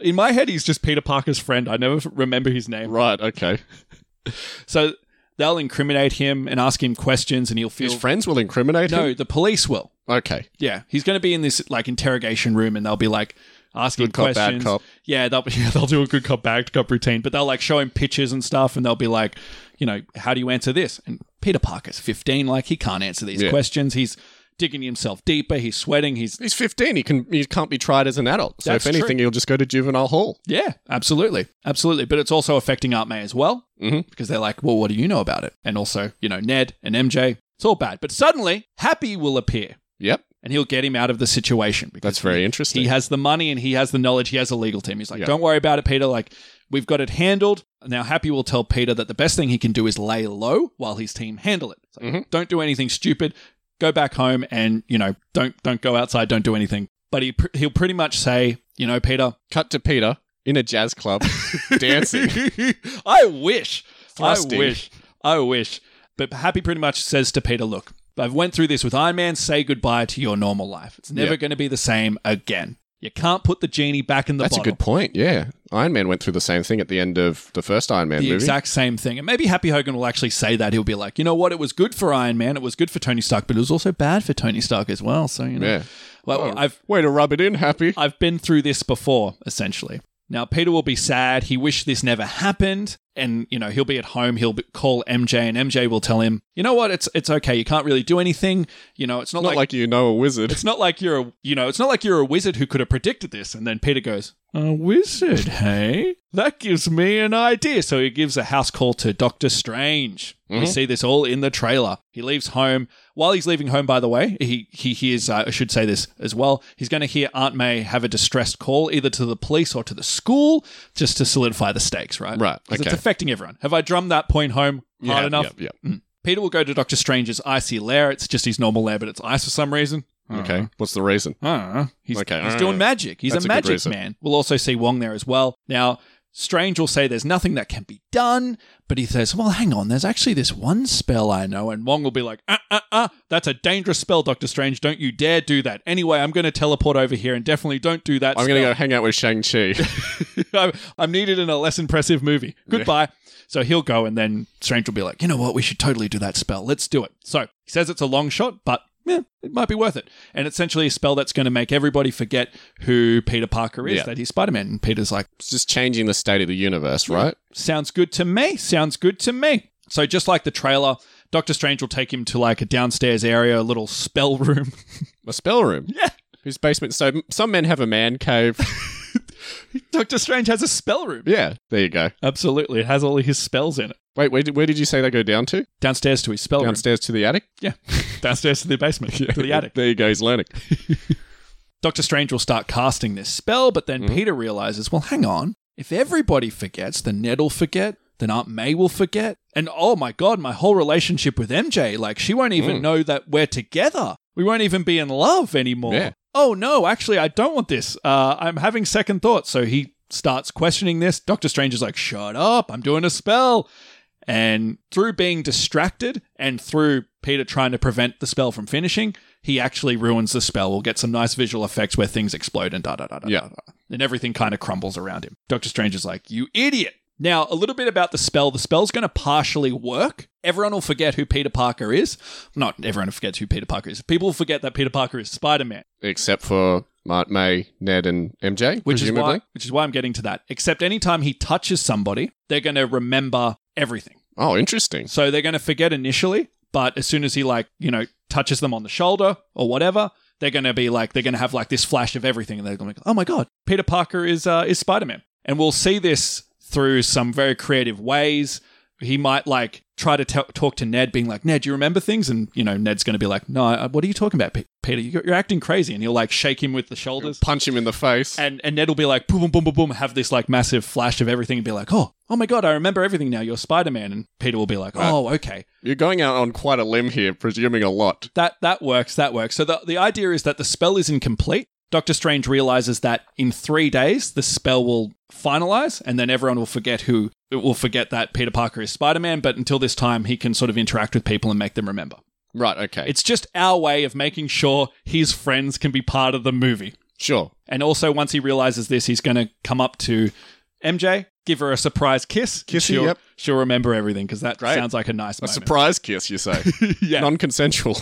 Speaker 1: in my head he's just Peter Parker's friend. I never f- remember his name.
Speaker 2: Right, okay.
Speaker 1: So they'll incriminate him and ask him questions and he'll feel
Speaker 2: His friends will incriminate him?
Speaker 1: No, the police will.
Speaker 2: Okay.
Speaker 1: Yeah, he's going to be in this like interrogation room, and they'll be like asking
Speaker 2: Good cop, bad
Speaker 1: questions.
Speaker 2: cop.
Speaker 1: Yeah, they'll yeah, they'll do a good cop bad cop routine, but they'll like show him pictures and stuff, and they'll be like, you know, how do you answer this? And Peter Parker's fifteen, like he can't answer these
Speaker 2: Yeah.
Speaker 1: questions. He's digging himself deeper. He's sweating. He's
Speaker 2: He's 15. He, can, he can't be tried as an adult. So,
Speaker 1: That's
Speaker 2: if anything, he'll just go to juvenile hall.
Speaker 1: yeah, absolutely, absolutely. But it's also affecting Aunt May as well
Speaker 2: Mhm.
Speaker 1: because they're like, well, what do you know about it? And also, you know, Ned and MJ. It's all bad. But suddenly, Happy will appear,
Speaker 2: Yep.
Speaker 1: and he'll get him out of the situation. Because
Speaker 2: That's very interesting.
Speaker 1: He has the money and he has the knowledge. He has a legal team. He's like,
Speaker 2: Yeah.
Speaker 1: don't worry about it, Peter. Like, we've got it handled. Now, Happy will tell Peter that the best thing he can do is lay low while his team handle it. It's like,
Speaker 2: Mhm.
Speaker 1: Don't do anything stupid. Go back home and you know, don't don't go outside. Don't do anything. But he pr- he'll pretty much say, you know, Peter,
Speaker 2: Cut to Peter in a jazz club dancing.
Speaker 1: I wish,
Speaker 2: Thrusting.
Speaker 1: I wish, I wish. But Happy pretty much says to Peter, look. I've went through this with Iron Man. Say goodbye to your normal life. It's never
Speaker 2: Yeah.
Speaker 1: going to be the same again. You can't put the genie back in the
Speaker 2: That's
Speaker 1: bottle.
Speaker 2: a good point. Yeah. Iron Man went through the same thing at the end of the first Iron Man
Speaker 1: the
Speaker 2: movie.
Speaker 1: exact same thing. And maybe Happy Hogan will actually say that. He'll be like, you know what? It was good for Iron Man. It was good for Tony Stark, but it was also bad for Tony Stark as well. So, you know,
Speaker 2: yeah.
Speaker 1: well,
Speaker 2: Oh,
Speaker 1: I've,
Speaker 2: way to rub it in, Happy.
Speaker 1: I've been through this before, essentially. Now, Peter will be sad. He wished this never happened. And, you know, he'll be at home. He'll be, call MJ, and MJ will tell him, you know what? It's, it's okay. You can't really do anything. You know, it's not,
Speaker 2: Not
Speaker 1: like,
Speaker 2: like, you know a wizard.
Speaker 1: it's not like you're a you know it's not like you're a wizard who could have predicted this and then peter goes a wizard hey that gives me an idea so he gives a house call to doctor strange we
Speaker 2: Mhm.
Speaker 1: see this all in the trailer he leaves home while he's leaving home by the way he he hears uh, i should say this as well he's going to hear aunt may have a distressed call either to the police or to the school just to solidify the stakes right
Speaker 2: Right,
Speaker 1: 'Cause it's
Speaker 2: okay.
Speaker 1: affecting everyone have i drummed that point home
Speaker 2: Yeah,
Speaker 1: hard enough
Speaker 2: Yeah.
Speaker 1: peter will go to doctor strange's icy lair it's just his normal lair but it's ice for some reason
Speaker 2: yeah. Okay. What's the reason?
Speaker 1: I don't know. He's,
Speaker 2: Okay,
Speaker 1: he's
Speaker 2: uh,
Speaker 1: doing magic. He's
Speaker 2: that's
Speaker 1: a
Speaker 2: a good
Speaker 1: magic
Speaker 2: reason.
Speaker 1: man. We'll also see Wong there as well. Now, Strange will say there's nothing that can be done, but he says, well, hang on, there's actually this one spell I know. And Wong will be like, uh, uh, uh, that's a dangerous spell, Doctor Strange. Don't you dare do that. Anyway, I'm going to teleport over here and definitely don't do that.
Speaker 2: I'm going to go hang out with Shang-Chi.
Speaker 1: I'm, I'm needed in a less impressive movie. Goodbye. So he'll go, and then Strange will be like, you know what? We should totally do that spell. Let's do it. So he says it's a long shot, but yeah, it might be worth it. And it's essentially a spell that's going to make everybody forget who Peter Parker is,
Speaker 2: Yeah.
Speaker 1: that he's Spider Man. And Peter's like,
Speaker 2: it's just changing the state of the universe, right?
Speaker 1: sounds good to me. Sounds good to me. So just like the trailer, Doctor Strange will take him to like a downstairs area, a little spell room.
Speaker 2: A spell room.
Speaker 1: Yeah.
Speaker 2: Whose basement? So m- some men have a man cave.
Speaker 1: Doctor Strange has a spell room.
Speaker 2: yeah. There you go.
Speaker 1: Absolutely. It has all his spells in it.
Speaker 2: Wait, where did, where did you say they go down to?
Speaker 1: Downstairs to his spell room.
Speaker 2: Downstairs to the attic.
Speaker 1: Yeah. Downstairs to the basement, to the attic.
Speaker 2: There you go. He's learning.
Speaker 1: Doctor Strange will start casting this spell, but then Peter realizes, well, hang on. If everybody forgets, then Ned will forget, then Aunt May will forget. And oh my God, my whole relationship with MJ, like, she won't even know that we're together. We won't even be in love anymore.
Speaker 2: Yeah.
Speaker 1: Oh no, actually, I don't want this. Uh, I'm having second thoughts. So he starts questioning this. Doctor Strange is like, shut up, I'm doing a spell. And through being distracted and through Peter trying to prevent the spell from finishing, he actually ruins the spell. We'll get some nice visual effects where things explode and da da da da.
Speaker 2: Yeah.
Speaker 1: da, da. And everything kind of crumbles around him. Doctor Strange is like, you idiot. Now, a little bit about the spell. The spell's going to partially work. Everyone will forget who Peter Parker is. Not everyone forgets who Peter Parker is. People will forget that Peter Parker is Spider Man.
Speaker 2: Except for Mart May, Ned, and MJ.
Speaker 1: Which
Speaker 2: presumably.
Speaker 1: is why which is why I'm getting to that. Except anytime he touches somebody, they're going to remember everything.
Speaker 2: Oh, interesting.
Speaker 1: So they're going to forget initially, but as soon as he like, you know, touches them on the shoulder or whatever, they're going to be like they're going to have like this flash of everything and they're going to be like, "Oh my god, Peter Parker is uh, is Spider-Man." And we'll see this through some very creative ways. He might like try to t- talk to Ned, being like, Ned, do you remember things? And, you know, Ned's going to be like, no, I- what are you talking about, Pe- Peter? You're, you're acting crazy. And he'll like shake him with the shoulders.
Speaker 2: Punch him in the face.
Speaker 1: And, and Ned will be like, boom, boom, boom, boom, boom, have this like massive flash of everything and be like, oh, oh my God, I remember everything now. You're Spider Man. And Peter will be like,
Speaker 2: Right.
Speaker 1: oh, okay.
Speaker 2: You're going out on quite a limb here, presuming a lot.
Speaker 1: That, that works. That works. So the, the idea is that the spell is incomplete. Doctor Strange realizes that in three days, the spell will finalize and then everyone will forget who, it will forget that Peter Parker is Spider Man. But until this time, he can sort of interact with people and make them remember.
Speaker 2: Right, okay.
Speaker 1: It's just our way of making sure his friends can be part of the movie.
Speaker 2: sure.
Speaker 1: And also, once he realizes this, he's going to come up to MJ, give her a surprise kiss. and
Speaker 2: Kissy,
Speaker 1: she'll,
Speaker 2: yep.
Speaker 1: she'll remember everything because that
Speaker 2: Great.
Speaker 1: sounds like a nice
Speaker 2: A
Speaker 1: moment.
Speaker 2: surprise kiss, you say.
Speaker 1: yeah.
Speaker 2: Non consensual.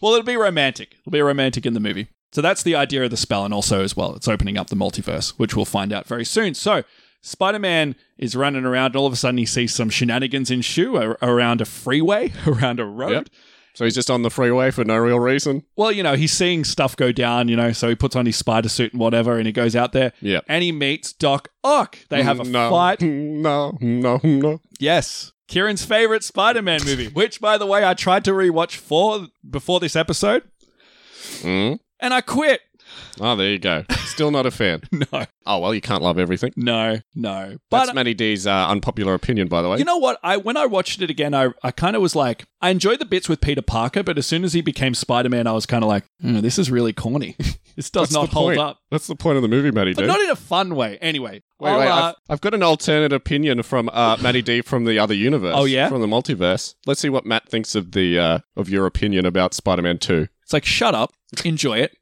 Speaker 1: well, it'll be romantic. It'll be romantic in the movie. So that's the idea of the spell, and also as well, it's opening up the multiverse, which we'll find out very soon. So Spider Man is running around, and all of a sudden he sees some shenanigans in shoe a- around a freeway, around a road.
Speaker 2: Yep. so he's just on the freeway for no real reason.
Speaker 1: well, you know, he's seeing stuff go down, you know, so he puts on his spider suit and whatever, and he goes out there.
Speaker 2: Yeah.
Speaker 1: And he meets Doc Ock. They have a
Speaker 2: no,
Speaker 1: fight.
Speaker 2: No, no, no.
Speaker 1: Yes. Kieran's favorite Spider Man movie, which, by the way, I tried to rewatch for before this episode,
Speaker 2: Mm.
Speaker 1: and I quit.
Speaker 2: Oh, there you go. Still not a fan.
Speaker 1: No,
Speaker 2: Oh, well, you can't love everything.
Speaker 1: no, no.
Speaker 2: That's
Speaker 1: But
Speaker 2: Matty D's uh, unpopular opinion, by the way.
Speaker 1: you know what? I when I watched it again, I, I kind of was like, I enjoyed the bits with Peter Parker, but as soon as he became Spider Man, I was kind of like, "Mm, this is really corny. This does
Speaker 2: That's
Speaker 1: not
Speaker 2: the
Speaker 1: hold
Speaker 2: point.
Speaker 1: up.
Speaker 2: That's the point of the movie, Matty
Speaker 1: But
Speaker 2: D.
Speaker 1: not in a fun way. Anyway,
Speaker 2: Wait,
Speaker 1: I'll,
Speaker 2: wait.
Speaker 1: uh,
Speaker 2: I've, I've got an alternate opinion from uh, Matty D from the other universe.
Speaker 1: Oh, yeah?
Speaker 2: from the multiverse. Let's see what Matt thinks of the uh, of your opinion about Spider-Man Two.
Speaker 1: It's like, shut up, enjoy it.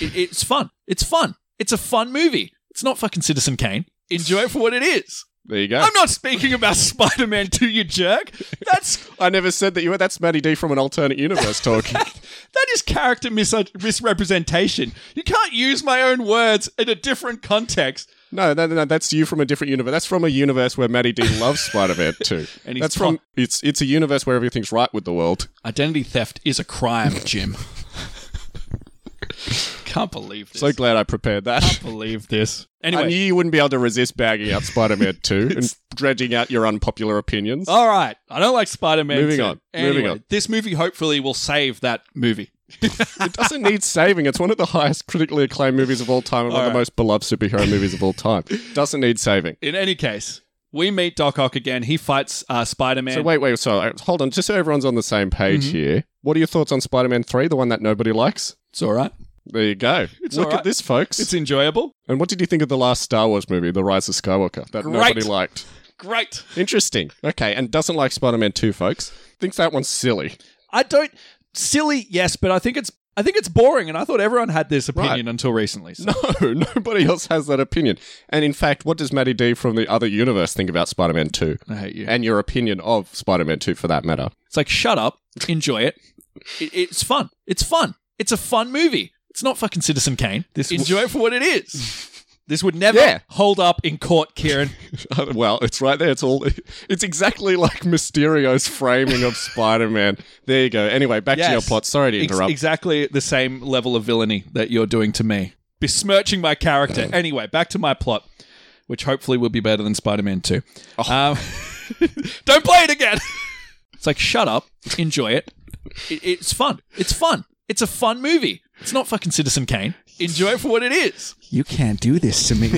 Speaker 1: it. It's fun. It's fun. It's a fun movie. It's not fucking Citizen Kane. Enjoy it for what it is.
Speaker 2: There you go.
Speaker 1: I'm not speaking about Spider Man 2, you jerk. That's
Speaker 2: I never said that you were. That's Matty D from an alternate universe talking.
Speaker 1: that is character mis- misrepresentation. You can't use my own words in a different context.
Speaker 2: no, no, no, that's you from a different universe. That's from a universe where Matty D loves Spider-Man Two.
Speaker 1: And he's
Speaker 2: that's from
Speaker 1: top.
Speaker 2: it's it's a universe where everything's right with the world.
Speaker 1: Identity theft is a crime, Jim. can't believe this.
Speaker 2: So glad I prepared that.
Speaker 1: believe this.
Speaker 2: I
Speaker 1: Anyway,
Speaker 2: knew you wouldn't be able to resist bagging out Spider-Man Two and dredging out your unpopular opinions.
Speaker 1: all right. I don't like Spider Man.
Speaker 2: Moving on.
Speaker 1: Anyway,
Speaker 2: Moving on.
Speaker 1: This movie hopefully will save that movie.
Speaker 2: It doesn't need saving. It's one of the highest critically acclaimed movies of all time and one of
Speaker 1: Alright.
Speaker 2: the most beloved superhero movies of all time. Doesn't need saving.
Speaker 1: In any case, we meet Doc Ock again. He fights uh, Spider Man.
Speaker 2: So wait, wait, so uh, hold on. Just so everyone's on the same page
Speaker 1: Mm-hmm.
Speaker 2: here, what are your thoughts on Spider-Man Three, the one that nobody likes?
Speaker 1: it's all right.
Speaker 2: There you go. Look
Speaker 1: alright.
Speaker 2: at this, folks.
Speaker 1: It's enjoyable.
Speaker 2: and what did you think of the last Star Wars movie, The Rise of Skywalker, that nobody
Speaker 1: Great.
Speaker 2: liked?
Speaker 1: Great.
Speaker 2: Interesting. Okay, and doesn't like Spider-Man Two, folks. Thinks that one's silly.
Speaker 1: I don't silly. Yes, but I think it's I think it's boring, and I thought everyone had this opinion until recently. So.
Speaker 2: No, Oh, nobody else has that opinion. And in fact, what does Matty D from the other universe think about Spider-Man Two?
Speaker 1: I hate you.
Speaker 2: And your opinion of Spider-Man Two, for that matter?
Speaker 1: It's like shut up, enjoy it. it. It's fun. It's fun. It's a fun movie. It's not fucking Citizen Kane. This enjoy it for what it is. This would never
Speaker 2: Yeah.
Speaker 1: hold up in court, Kieran.
Speaker 2: Uh, well, it's right there. It's all. It's exactly like Mysterio's framing of Spider-Man. There you go. Anyway, back to your
Speaker 1: Yes.
Speaker 2: plot. Sorry to
Speaker 1: Ex-
Speaker 2: interrupt.
Speaker 1: exactly the same level of villainy that you're doing to me, besmirching my character. anyway, back to my plot, which hopefully will be better than Spider Man 2.
Speaker 2: Oh.
Speaker 1: Um, don't play it again. it's like, shut up, enjoy it. it. It's fun. It's fun. It's a fun movie. It's not fucking Citizen Kane. Enjoy it for what it is. You can't do this to me.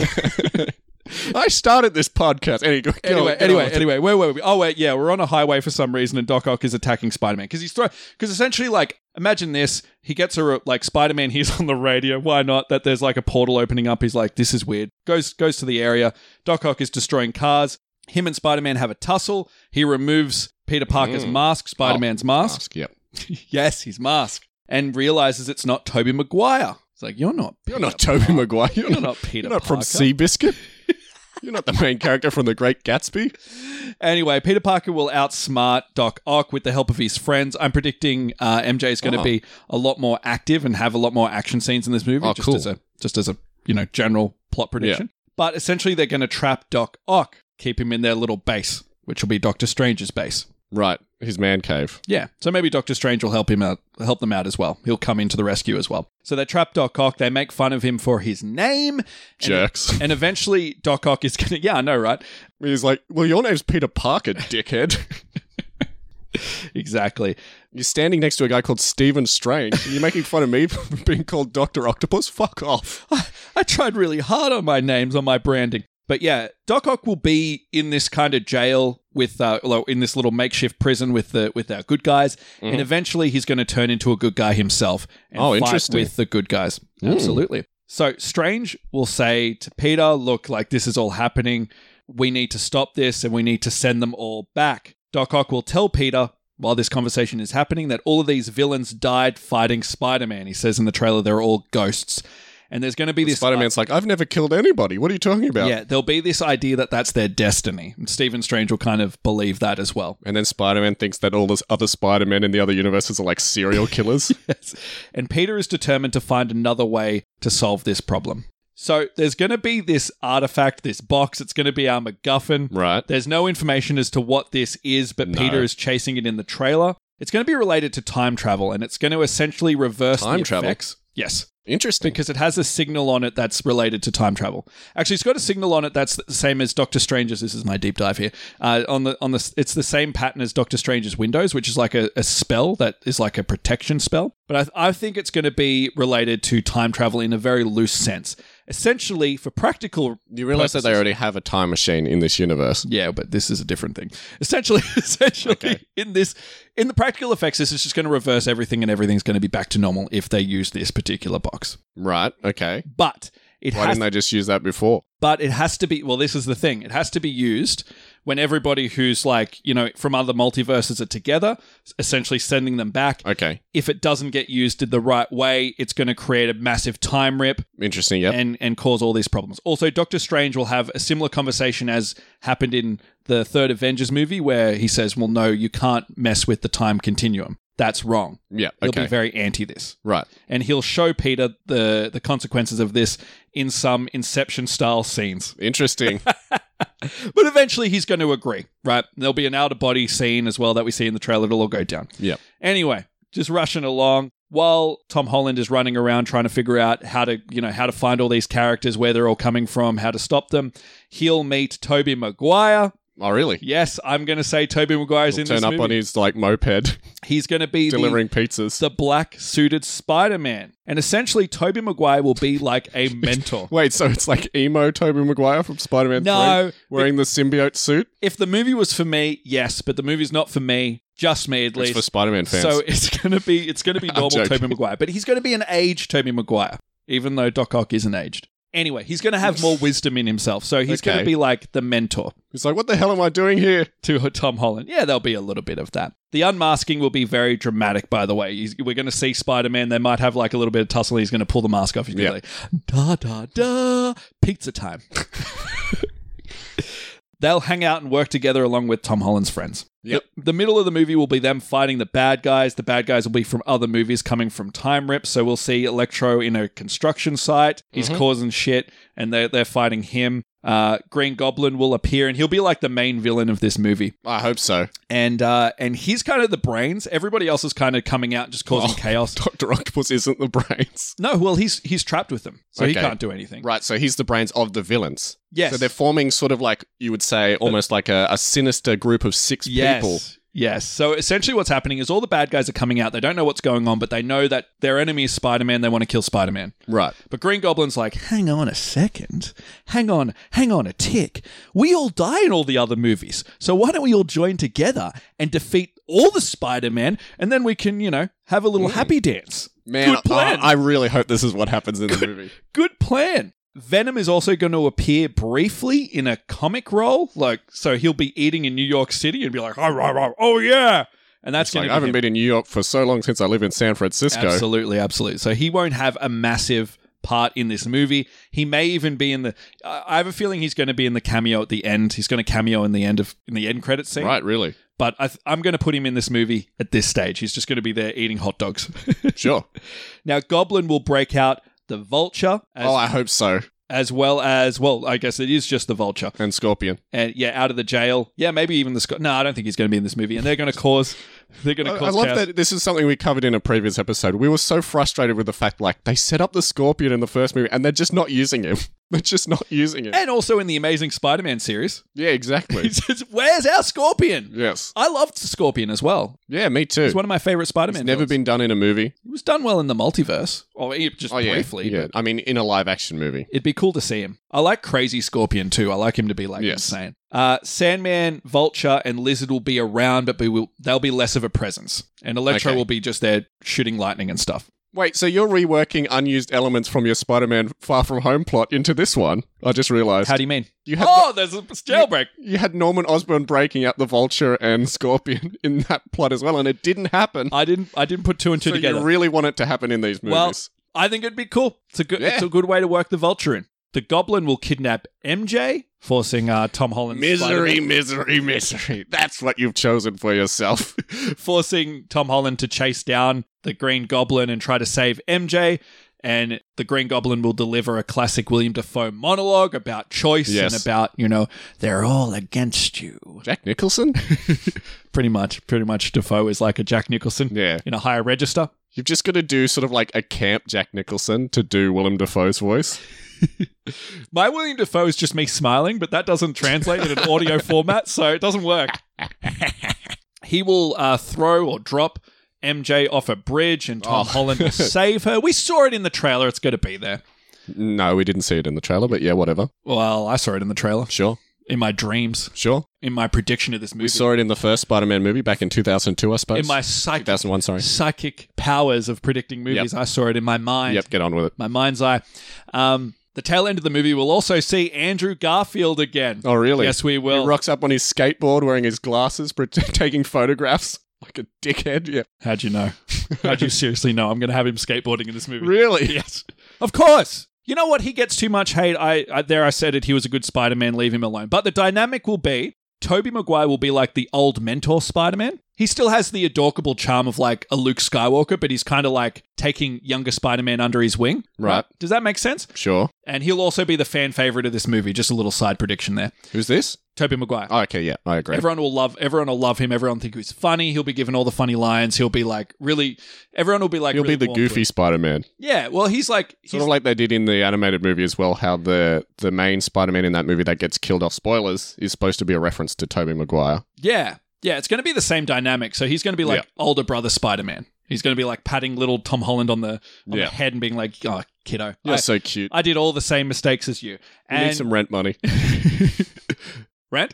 Speaker 2: I started this podcast. Anyway, go- go-
Speaker 1: anyway,
Speaker 2: go
Speaker 1: anyway,
Speaker 2: on.
Speaker 1: anyway, where were we? Oh wait, yeah, we're on a highway for some reason, and Doc Ock is attacking Spider Man because he's throw because essentially like imagine this: he gets a like Spider Man hears on the radio. Why not that there's like a portal opening up? He's like, this is weird. Goes goes to the area. Doc Ock is destroying cars. Him and Spider Man have a tussle. He removes Peter Parker's
Speaker 2: Mm.
Speaker 1: mask, Spider Man's mask.
Speaker 2: Ask, yep.
Speaker 1: yes, his mask, and realizes it's not Toby Maguire. It's like you're not
Speaker 2: You're not Toby Maguire. You're,
Speaker 1: you're
Speaker 2: not,
Speaker 1: not Peter
Speaker 2: you're not from
Speaker 1: Parker.
Speaker 2: Seabiscuit. you're not the main character from The Great Gatsby.
Speaker 1: Anyway, Peter Parker will outsmart Doc Ock with the help of his friends. I'm predicting uh, MJ is going to
Speaker 2: Oh.
Speaker 1: be a lot more active and have a lot more action scenes in this movie.
Speaker 2: Oh,
Speaker 1: just
Speaker 2: cool.
Speaker 1: as a just as a you know general plot prediction. But essentially, they're going to trap Doc Ock, keep him in their little base, which will be Doctor Strange's base.
Speaker 2: Right, his man cave.
Speaker 1: Yeah, so maybe Doctor Strange will help him out, help them out as well. He'll come into the rescue as well. So they trap Doc Ock. They make fun of him for his name,
Speaker 2: Jerks.
Speaker 1: and eventually Doc Ock is going to. Yeah, I know, right?
Speaker 2: He's like, well, your name's Peter Parker, dickhead.
Speaker 1: exactly.
Speaker 2: You're standing next to a guy called Stephen Strange. and You're making fun of me for being called Doctor Octopus. Fuck off.
Speaker 1: I, I tried really hard on my names, on my branding. But yeah, Doc Ock will be in this kind of jail with, uh, well, in this little makeshift prison with the with our good guys, and eventually he's going to turn into a good guy himself. And
Speaker 2: Mm. Oh,
Speaker 1: fight
Speaker 2: interesting. Hmm.
Speaker 1: With the good guys, absolutely. So Strange will say to Peter, "Look, like this is all happening. We need to stop this, and we need to send them all back." Doc Ock will tell Peter. While this conversation is happening, that all of these villains died fighting Spider Man. He says in the trailer they're all ghosts. And there's going to be this.
Speaker 2: Spider Man's like, I've never killed anybody. What are you talking about?
Speaker 1: Yeah, there'll be this idea that that's their destiny. And Stephen Strange will kind of believe that as well.
Speaker 2: And then Spider Man thinks that all those other Spider Men in the other universes are like serial killers.
Speaker 1: Yes. And Peter is determined to find another way to solve this problem. So there's going to be this artifact, this box. It's going to be our MacGuffin.
Speaker 2: right.
Speaker 1: There's no information as to what this is, but
Speaker 2: No.
Speaker 1: Peter is chasing it in the trailer. It's going to be related to time travel, and it's going to essentially reverse
Speaker 2: Time
Speaker 1: the
Speaker 2: travel?
Speaker 1: effects- Yes.
Speaker 2: Interesting.
Speaker 1: because it has a signal on it that's related to time travel. Actually, it's got a signal on it that's the same as Doctor Strange's. This is my deep dive here. Uh, on the on the, it's the same pattern as Doctor Strange's Windows, which is like a, a spell that is like a protection spell. But I, I think it's going to be related to time travel in a very loose sense. Essentially, for practical
Speaker 2: You realize that they already have a time machine in this universe.
Speaker 1: yeah, but this is a different thing. Essentially, essentially,
Speaker 2: Okay.
Speaker 1: in this, in the practical effects, this is just going to reverse everything, and everything's going to be back to normal if they use this particular box.
Speaker 2: Right. Okay.
Speaker 1: But it
Speaker 2: Why
Speaker 1: has
Speaker 2: didn't they just use that before?
Speaker 1: but it has to be well this is the thing it has to be used when everybody who's like you know from other multiverses are together essentially sending them back
Speaker 2: Okay.
Speaker 1: if it doesn't get used in the right way it's going to create a massive time rip
Speaker 2: Interesting. Yep.
Speaker 1: and and cause all these problems also doctor strange will have a similar conversation as happened in the third avengers movie where he says well no you can't mess with the time continuum that's wrong
Speaker 2: yeah.
Speaker 1: he'll
Speaker 2: Okay.
Speaker 1: be very anti this
Speaker 2: right.
Speaker 1: and he'll show peter the the consequences of this in some inception style scenes
Speaker 2: Interesting.
Speaker 1: but eventually he's going to agree, right? There'll be an out of body scene as well that we see in the trailer. It'll all go down.
Speaker 2: Yep.
Speaker 1: Anyway, just rushing along while Tom Holland is running around trying to figure out how to, you know, how to find all these characters, where they're all coming from, how to stop them. He'll meet Toby Maguire.
Speaker 2: oh, really?
Speaker 1: Yes, I'm going to say Toby Maguire's in
Speaker 2: Turn
Speaker 1: this
Speaker 2: up
Speaker 1: movie.
Speaker 2: on his like moped,
Speaker 1: he's going to be the,
Speaker 2: delivering pizzas.
Speaker 1: the black suited Spider-Man. And essentially Toby Maguire will be like a mentor.
Speaker 2: Wait, so it's like emo Toby Maguire from Spider Man
Speaker 1: No.
Speaker 2: 3 wearing the symbiote suit?
Speaker 1: if the movie was for me, yes, but the movie's not for me, just me at
Speaker 2: It's
Speaker 1: least.
Speaker 2: for Spider Man fans.
Speaker 1: So it's gonna be it's gonna be normal
Speaker 2: joking.
Speaker 1: Toby Maguire, but he's gonna be an aged Toby Maguire, even though Doc Ock isn't aged. Anyway, he's gonna have more wisdom in himself, so he's
Speaker 2: Okay.
Speaker 1: gonna be like the mentor
Speaker 2: He's like, what the hell am I doing here?
Speaker 1: to Tom Holland. Yeah, there'll be a little bit of that. The unmasking will be very dramatic, by the way. He's- we're gonna see Spider Man. They might have like a little bit of tussle. He's gonna pull the mask off. He's gonna
Speaker 2: Yeah.
Speaker 1: be like, da da da, pizza time. They'll hang out and work together along with Tom Holland's friends.
Speaker 2: Yep.
Speaker 1: The middle of the movie will be them fighting the bad guys. The bad guys will be from other movies coming from time rips. So we'll see Electro in a construction site. He's causing shit, and they're, they're fighting him. Uh, Green Goblin will appear, and he'll be like the main villain of this movie.
Speaker 2: I hope so.
Speaker 1: And uh, and he's kind of the brains. Everybody else is kind of coming out, just causing
Speaker 2: Oh.
Speaker 1: chaos.
Speaker 2: Dr. Octopus isn't the brains.
Speaker 1: No, well, he's he's trapped with them, so he
Speaker 2: Okay.
Speaker 1: can't do anything.
Speaker 2: Right, so he's the brains of the villains.
Speaker 1: Yes.
Speaker 2: So they're forming sort of like, you would say, almost like a, a sinister group of six
Speaker 1: Yes.
Speaker 2: people.
Speaker 1: Yes. So essentially, what's happening is all the bad guys are coming out. They don't know what's going on, but they know that their enemy is Spider Man. They want to kill Spider Man.
Speaker 2: Right.
Speaker 1: But Green Goblin's like, hang on a second. Hang on, hang on a tick. We all die in all the other movies. So why don't we all join together and defeat all the Spider-Man and then we can, you know, have a little
Speaker 2: Mm.
Speaker 1: happy dance.
Speaker 2: Man,
Speaker 1: Good plan.
Speaker 2: I, I really hope this is what happens in the movie.
Speaker 1: Good plan. Venom is also going to appear briefly in a comic role. Like, so he'll be eating in New York City and be like, oh, oh, oh, oh yeah. And that's
Speaker 2: It's like,
Speaker 1: going to be
Speaker 2: I haven't
Speaker 1: him.
Speaker 2: been in New York for so long since I live in San Francisco.
Speaker 1: Absolutely, absolutely. So he won't have a massive part in this movie. He may even be in the. I I have a feeling he's going to be in the cameo at the end. He's going to cameo in the end of in the end credit scene.
Speaker 2: Right, really.
Speaker 1: But I th- I'm going to put him in this movie at this stage. He's just going to be there eating hot dogs.
Speaker 2: Sure.
Speaker 1: now, Goblin will break out the Vulture as,
Speaker 2: oh, I hope so.
Speaker 1: as well as well. I guess it is just the Vulture,
Speaker 2: And Scorpion.
Speaker 1: and yeah, out of the jail. Yeah, maybe even the. Sc- no, I don't think he's going to be in this movie. And they're going to cause. They're going
Speaker 2: I,
Speaker 1: to
Speaker 2: I
Speaker 1: cause.
Speaker 2: love
Speaker 1: chaos.
Speaker 2: that this is something we covered in a previous episode. We were so frustrated with the fact, like, they set up the Scorpion in the first movie and they're just not using him. They're just not using it.
Speaker 1: And also in the Amazing Spider Man series.
Speaker 2: Yeah, exactly.
Speaker 1: He says, Where's our Scorpion?
Speaker 2: yes.
Speaker 1: I loved Scorpion as well.
Speaker 2: Yeah, me too.
Speaker 1: It's one of my favorite Spider
Speaker 2: It's
Speaker 1: Man.
Speaker 2: never been done in a movie.
Speaker 1: It was done well in the multiverse, or e- just
Speaker 2: Oh, yeah.
Speaker 1: briefly.
Speaker 2: Yeah.
Speaker 1: But
Speaker 2: I mean, in a live action movie.
Speaker 1: it'd be cool to see him. I like Crazy Scorpion too. I like him to be like
Speaker 2: Yes.
Speaker 1: insane. Uh, Sandman, Vulture, and Lizard will be around, but we will, they'll be less of a presence. And Electro
Speaker 2: Okay.
Speaker 1: will be just there shooting lightning and stuff.
Speaker 2: Wait, so you're reworking unused elements from your Spider Man Far From Home plot into this one? I just realized.
Speaker 1: How do you mean?
Speaker 2: you had
Speaker 1: Oh, there's a jailbreak.
Speaker 2: you had Norman Osborn breaking out the Vulture and Scorpion in that plot as well, and it didn't happen.
Speaker 1: I didn't. I didn't put two and two
Speaker 2: so
Speaker 1: together.
Speaker 2: you really want it to happen in these movies.
Speaker 1: Well, I think it'd be cool. It's a good.
Speaker 2: Yeah.
Speaker 1: It's a good way to work the vulture in. The Goblin will kidnap MJ, forcing uh, Tom Holland
Speaker 2: misery, misery, misery. That's what you've chosen for yourself.
Speaker 1: forcing Tom Holland to chase down the Green Goblin and try to save MJ. And the Green Goblin will deliver a classic William Defoe monologue about choice
Speaker 2: Yes.
Speaker 1: and about you know they're all against you.
Speaker 2: Jack Nicholson?
Speaker 1: Pretty much, pretty much. Defoe is like a Jack Nicholson
Speaker 2: yeah.
Speaker 1: in a higher register.
Speaker 2: You've just got to do sort of like a camp Jack Nicholson to do Willem Dafoe's voice.
Speaker 1: My William Defoe is just me smiling, but that doesn't translate in an audio format, so it doesn't work. he will uh, throw or drop MJ off a bridge, and Tom
Speaker 2: Oh.
Speaker 1: Holland will save her. We saw it in the trailer. It's going to be there.
Speaker 2: No, we didn't see it in the trailer, but yeah, whatever.
Speaker 1: Well, I saw it in the trailer,
Speaker 2: Sure,
Speaker 1: in my dreams,
Speaker 2: sure.
Speaker 1: in my prediction of this movie,
Speaker 2: We saw it in the first Spider Man movie back in 2002, I suppose.
Speaker 1: in my psychic,
Speaker 2: 2001, sorry.
Speaker 1: psychic powers of predicting movies. I saw it in my mind.
Speaker 2: Yep, get on with it.
Speaker 1: My mind's eye. Um, the tail end of the movie, we'll also see Andrew Garfield again.
Speaker 2: Oh, really?
Speaker 1: Yes, we will.
Speaker 2: He rocks up on his skateboard wearing his glasses, pre- taking photographs like a dickhead. Yeah.
Speaker 1: How'd you know? How'd you seriously know? I'm going to have him skateboarding in this movie.
Speaker 2: Really?
Speaker 1: Yes. Of course. You know what? He gets too much hate. I, I there I said it. He was a good Spider-Man. Leave him alone. But the dynamic will be Toby Maguire will be like the old mentor Spider-Man. He still has the adorable charm of like a Luke Skywalker, but he's kind of like taking younger Spider-Man under his wing.
Speaker 2: Right.
Speaker 1: Does that make sense?
Speaker 2: Sure.
Speaker 1: And he'll also be the fan favorite of this movie. Just a little side prediction there.
Speaker 2: Who's this?
Speaker 1: Toby Maguire.
Speaker 2: Oh, okay, yeah, I agree.
Speaker 1: Everyone will love. Everyone will love him. Everyone think he's funny. He'll be given all the funny lines. He'll be like really. Everyone will be like.
Speaker 2: He'll
Speaker 1: really
Speaker 2: be the
Speaker 1: warm to
Speaker 2: goofy
Speaker 1: him.
Speaker 2: Spider Man.
Speaker 1: Yeah. Well, he's like. He's,
Speaker 2: Sort of like they did in the animated movie as well, how the, the main Spider Man in that movie that gets killed off spoilers is supposed to be a reference to Tobey Maguire.
Speaker 1: yeah. Yeah. It's going to be the same dynamic. So he's going to be like older brother Spider Man. He's going to be like patting little Tom Holland on the, on
Speaker 2: Yeah.
Speaker 1: the head and being like, "Oh, kiddo,
Speaker 2: You're so cute.
Speaker 1: I, I did all the same mistakes as you."
Speaker 2: You
Speaker 1: And
Speaker 2: need some rent money.
Speaker 1: rent.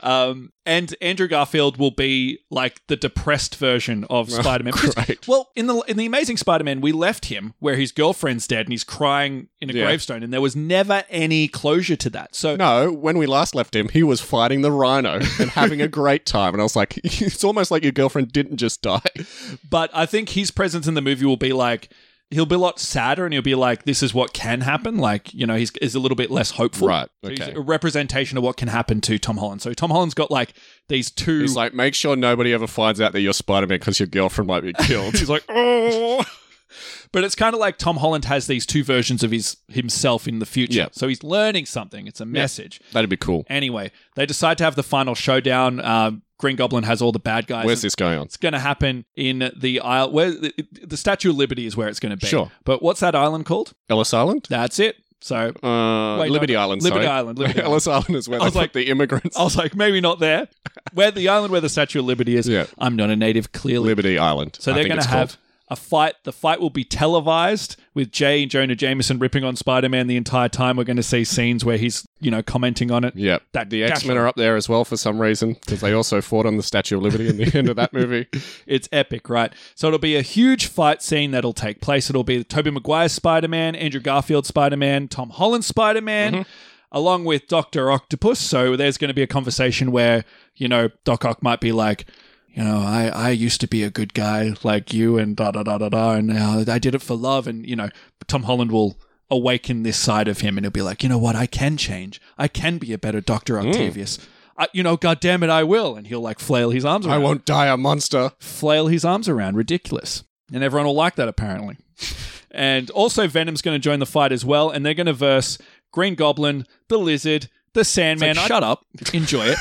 Speaker 1: um, and Andrew Garfield will be like the depressed version of
Speaker 2: Oh,
Speaker 1: Spider Man.
Speaker 2: great.
Speaker 1: Well, in the in the Amazing Spider-Man, we left him where his girlfriend's dead and he's crying in a
Speaker 2: Yeah.
Speaker 1: gravestone, and there was never any closure to that. So
Speaker 2: No, when we last left him, he was fighting the rhino and having a great time. And I was like, it's almost like your girlfriend didn't just die.
Speaker 1: But I think his presence in the movie will be like he'll be a lot sadder, and he'll be like, "This is what can happen." Like you know, he's is a little bit less hopeful.
Speaker 2: Right.
Speaker 1: So he's
Speaker 2: Okay.
Speaker 1: a representation of what can happen to Tom Holland. So Tom Holland's got like these two.
Speaker 2: He's like, make sure nobody ever finds out that you're Spider Man because your girlfriend might be killed.
Speaker 1: he's like, oh. But it's kind of like Tom Holland has these two versions of his himself in the future.
Speaker 2: Yeah.
Speaker 1: So he's learning something. It's a message.
Speaker 2: That'd be cool.
Speaker 1: Anyway, they decide to have the final showdown. Uh, Green Goblin has all the bad guys.
Speaker 2: Where's this going on?
Speaker 1: It's going to happen in the isle where the, the Statue of Liberty is where it's going to be.
Speaker 2: Sure.
Speaker 1: But what's that island called?
Speaker 2: Ellis Island?
Speaker 1: That's it. So
Speaker 2: Uh,
Speaker 1: Wait,
Speaker 2: Liberty
Speaker 1: no,
Speaker 2: Island,
Speaker 1: Liberty
Speaker 2: sorry.
Speaker 1: Island. Liberty Island.
Speaker 2: Ellis Island is where
Speaker 1: I
Speaker 2: they
Speaker 1: was
Speaker 2: put
Speaker 1: like-
Speaker 2: the immigrants.
Speaker 1: I was like, maybe not there. Where the island where the Statue of Liberty is.
Speaker 2: Yeah.
Speaker 1: I'm not a native, clearly.
Speaker 2: Liberty Island.
Speaker 1: So
Speaker 2: I
Speaker 1: they're
Speaker 2: think
Speaker 1: going to
Speaker 2: it's
Speaker 1: have
Speaker 2: called.
Speaker 1: a fight. The fight will be televised with Jay and Jonah Jameson ripping on Spider-Man the entire time. We're going to see scenes where he's, you know, commenting on it.
Speaker 2: Yeah.
Speaker 1: That
Speaker 2: The X Men are up there as well for some reason because they also fought on the Statue of Liberty in the end of that movie.
Speaker 1: It's epic, right? So it'll be a huge fight scene that'll take place. It'll be Toby Maguire Spider Man, Andrew Garfield Spider Man, Tom Holland Spider Man, along with Doctor Octopus. So there's going to be a conversation where you know Doc Ock might be like. You know, I, I used to be a good guy like you and da da da da da, and uh, I did it for love. And, you know, Tom Holland will awaken this side of him and he'll be like, you know what? I can change. I can be a better Dr. Octavius. I, you know, God damn it, I will. And he'll like flail his arms around
Speaker 2: I won't die a monster.
Speaker 1: flail his arms around. Ridiculous. And everyone will like that, apparently. And also, Venom's going to join the fight as well, and they're going to verse Green Goblin, the Lizard, the Sandman.
Speaker 2: like,
Speaker 1: Shut up. Enjoy it.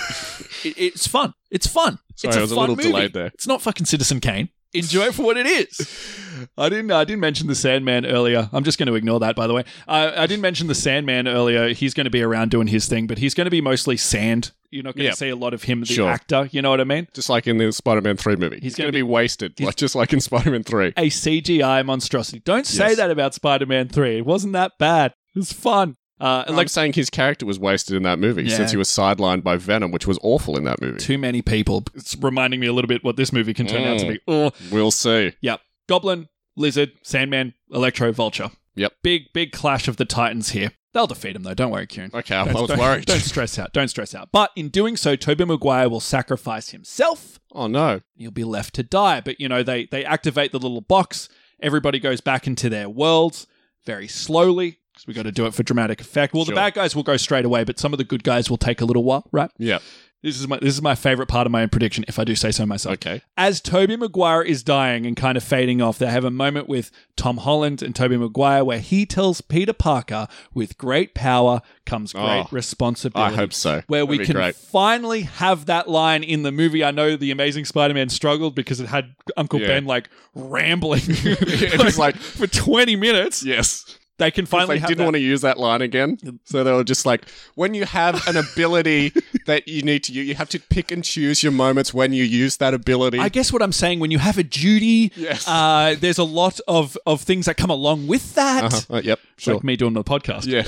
Speaker 1: It- It's fun. It's fun.
Speaker 2: Sorry,
Speaker 1: it's a
Speaker 2: I was a
Speaker 1: fun
Speaker 2: little
Speaker 1: movie.
Speaker 2: delayed there.
Speaker 1: It's not fucking Citizen Kane. enjoy it for what it is. I didn't. I didn't mention the Sandman earlier. I'm just going to ignore that. By the way, Uh, I, I didn't mention the Sandman earlier. He's going to be around doing his thing, but he's going to be mostly sand. You're not going
Speaker 2: Yeah.
Speaker 1: to see a lot of him, the
Speaker 2: Sure.
Speaker 1: actor. You know what I mean?
Speaker 2: Just like in the Spider Man 3 movie. He's,
Speaker 1: gonna
Speaker 2: going to be, wasted, like, just like in Spider Man 3.
Speaker 1: A CGI monstrosity. Don't say
Speaker 2: Yes.
Speaker 1: that about Spider-Man Three. It wasn't that bad. It was fun. Uh,
Speaker 2: Like
Speaker 1: like
Speaker 2: saying his character was wasted in that movie
Speaker 1: Yeah.
Speaker 2: since he was sidelined by Venom, which was awful in that movie.
Speaker 1: too many people. It's reminding me a little bit what this movie can turn out to
Speaker 2: Mm.
Speaker 1: be. Oh,
Speaker 2: We'll see.
Speaker 1: Yep. Goblin, Lizard, Sandman, Electro, Vulture.
Speaker 2: Yep.
Speaker 1: Big, big clash of the Titans here. They'll defeat him though. Don't worry, Kieran.
Speaker 2: Okay, I
Speaker 1: Don't-
Speaker 2: was
Speaker 1: don't-
Speaker 2: worried.
Speaker 1: Don't stress out. Don't stress out. But in doing so, Toby Maguire will sacrifice himself.
Speaker 2: Oh, no.
Speaker 1: He'll be left to die. But you know, they they activate the little box. Everybody goes back into their worlds very slowly because we got to do it for dramatic effect. Well,
Speaker 2: Sure.
Speaker 1: the bad guys will go straight away, but some of the good guys will take a little while, right?
Speaker 2: Yeah.
Speaker 1: This is my this is my favorite part of my own prediction, if I do say so myself
Speaker 2: Okay.
Speaker 1: as Toby Maguire is dying and kind of fading off, they have a moment with Tom Holland and Toby Maguire where he tells Peter Parker, with great power comes great
Speaker 2: Oh, I
Speaker 1: responsibility.
Speaker 2: hope so.
Speaker 1: Where we
Speaker 2: That'd be
Speaker 1: can
Speaker 2: great.
Speaker 1: finally have that line in the movie. I know the Amazing Spider-Man struggled because it had Uncle
Speaker 2: Yeah.
Speaker 1: Ben like rambling
Speaker 2: It was like-
Speaker 1: for 20 minutes.
Speaker 2: Yes.
Speaker 1: They can finally
Speaker 2: they
Speaker 1: have
Speaker 2: didn't
Speaker 1: that.
Speaker 2: want to use that line again. So they were just like, when you have an ability that you need to use, you have to pick and choose your moments when you use that ability.
Speaker 1: I guess what I'm saying when you have a duty,
Speaker 2: Yes.
Speaker 1: uh, there's a lot of of things that come along with that.
Speaker 2: Uh-huh. Uh, yep. Sure.
Speaker 1: Like me doing the podcast.
Speaker 2: yes.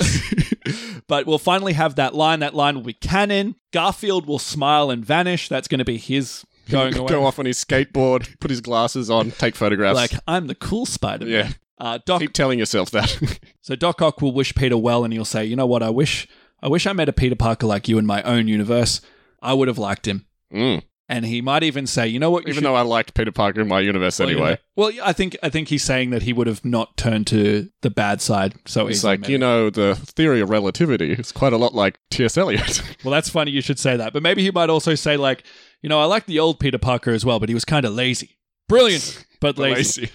Speaker 1: but we'll finally have that line. That line will be canon. Garfield will smile and vanish. That's going to be his going away.
Speaker 2: Go off on his skateboard, put his glasses on, take photographs.
Speaker 1: Like I'm the cool Spider Man.
Speaker 2: Yeah.
Speaker 1: Uh, Doc.
Speaker 2: Keep telling yourself that.
Speaker 1: so Doc Ock will wish Peter well, and he'll say, "You know what? I wish. I wish I met a Peter Parker like you in my own universe. I would have liked him."
Speaker 2: Mm.
Speaker 1: And he might even say, "You know what? You
Speaker 2: Even
Speaker 1: should-
Speaker 2: though I liked Peter Parker in my universe
Speaker 1: well, you know-
Speaker 2: anyway.
Speaker 1: well, yeah, I think I think he's saying that he would have not turned to the bad side. So
Speaker 2: It's
Speaker 1: easily,
Speaker 2: like,
Speaker 1: maybe.
Speaker 2: you know, the theory of relativity is quite a lot like T.S. Eliot.
Speaker 1: Well, that's funny you should say that. But maybe he might also say, like, you know, I like the old Peter Parker as well, but he was kind of lazy. Brilliant, but lazy.
Speaker 2: Lazy.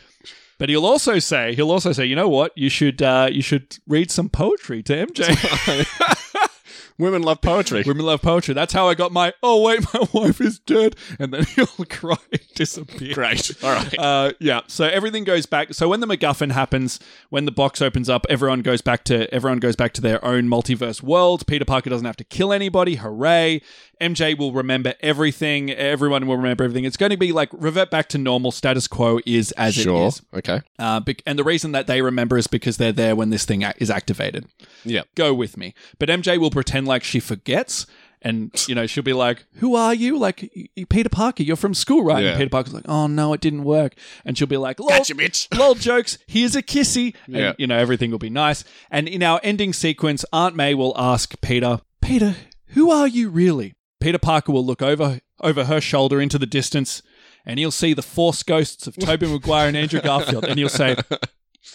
Speaker 1: But he'll also say, he'll also say, you know what? You should uh, you should read some poetry to MJ.
Speaker 2: Women love poetry.
Speaker 1: Women love poetry. That's how I got my oh wait, my wife is dead. And then he'll cry and disappear.
Speaker 2: Great. All right.
Speaker 1: Uh, yeah. So everything goes back. So when the MacGuffin happens, when the box opens up, everyone goes back to everyone goes back to their own multiverse world. Peter Parker doesn't have to kill anybody. Hooray! MJ will remember everything. Everyone will remember everything. It's going to be like revert back to normal. Status quo is as it
Speaker 2: sure.
Speaker 1: is.
Speaker 2: Okay.
Speaker 1: Uh, bec- and the reason that they remember is because they're there when this thing ac is activated.
Speaker 2: Yeah.
Speaker 1: Go with me. But MJ will pretend like she forgets. And, you know, she'll be like, Who are you? Like, y- y- Peter Parker, you're from school, right?
Speaker 2: Yeah.
Speaker 1: And Peter Parker's like, Oh, no, it didn't work. And she'll be like, Lol,
Speaker 2: Gotcha, bitch.
Speaker 1: lol jokes. Here's a kissy. And,
Speaker 2: Yeah.
Speaker 1: you know, everything will be nice. And in our ending sequence, Aunt May will ask Peter, Peter, who are you really? Peter Parker will look over over her shoulder into the distance and he'll see the force ghosts of Toby Maguire and Andrew Garfield. And he'll say,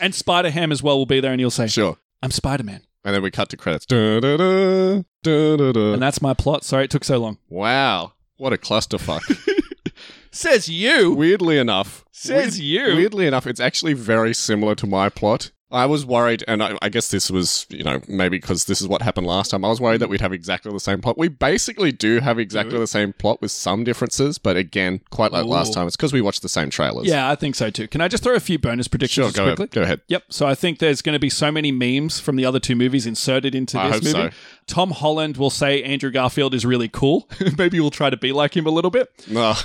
Speaker 1: and Spider Ham as well will be there. And he'll say,
Speaker 2: Sure.
Speaker 1: I'm Spider Man.
Speaker 2: And then we cut to credits. Da-da-da, da-da-da.
Speaker 1: And that's my plot. Sorry it took so long.
Speaker 2: Wow. What a clusterfuck.
Speaker 1: Says you.
Speaker 2: weirdly enough,
Speaker 1: Says
Speaker 2: weird-
Speaker 1: you.
Speaker 2: Weirdly enough, it's actually very similar to my plot. I was worried, and I, I guess this was, you know, maybe because this is what happened last time. I was worried that we'd have exactly the same plot. We basically do have exactly the same plot with some differences, but again, quite like last
Speaker 1: Ooh.
Speaker 2: time, it's because we watched the same trailers.
Speaker 1: Yeah, I think so too. Can I just throw a few bonus predictions
Speaker 2: Sure,
Speaker 1: just
Speaker 2: go
Speaker 1: quickly?
Speaker 2: ahead. Go ahead.
Speaker 1: Yep. So I think there's going to be so many memes from the other two movies inserted into
Speaker 2: I
Speaker 1: this
Speaker 2: hope
Speaker 1: movie.
Speaker 2: so.
Speaker 1: Tom Holland will say Andrew Garfield is really cool. Maybe we'll try to be like him a little bit.
Speaker 2: Ugh,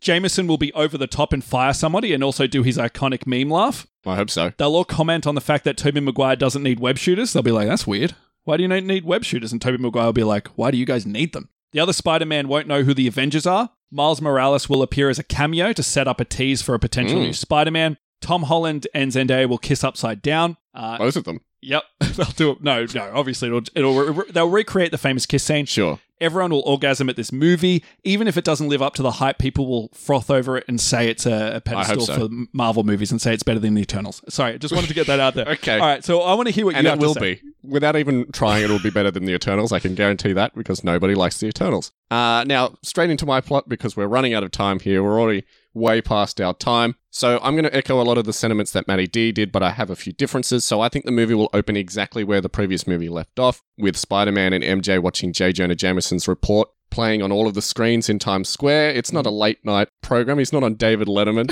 Speaker 1: Jameson will be over the top and fire somebody and also do his iconic meme laugh.
Speaker 2: I hope so.
Speaker 1: They'll all comment on the fact that Toby Maguire doesn't need web shooters. They'll be like, that's weird. Why do you not need web shooters? And Toby Maguire will be like, why do you guys need them? The other Spider Man won't know who the Avengers are. Miles Morales will appear as a cameo to set up a tease for a potential
Speaker 2: Mm.
Speaker 1: new Spider Man. Tom Holland and Zendaya will kiss upside down. Uh,
Speaker 2: Both of them.
Speaker 1: Yep, they'll do it. No, no. Obviously, it'll it'll re- re- they'll recreate the famous kiss scene.
Speaker 2: Sure.
Speaker 1: Everyone will orgasm at this movie, even if it doesn't live up to the hype. People will froth over it and say it's a, a pedestal
Speaker 2: so.
Speaker 1: for M- Marvel movies and say it's better than the Eternals. Sorry, I just wanted to get that out there.
Speaker 2: Okay.
Speaker 1: All right, so I want to hear what
Speaker 2: And
Speaker 1: you
Speaker 2: it
Speaker 1: have
Speaker 2: will
Speaker 1: to say.
Speaker 2: be. Without even trying, it'll be better than the Eternals. I can guarantee that because nobody likes the Eternals. Uh, now, straight into my plot because we're running out of time here. We're already way past our time. So I'm going to echo a lot of the sentiments that Matty D did, but I have a few differences. So I think the movie will open exactly where the previous movie left off with Spider Man and MJ watching J. Jonah Jameson's report playing on all of the screens in Times Square. It's not a late night program. He's not on David Letterman.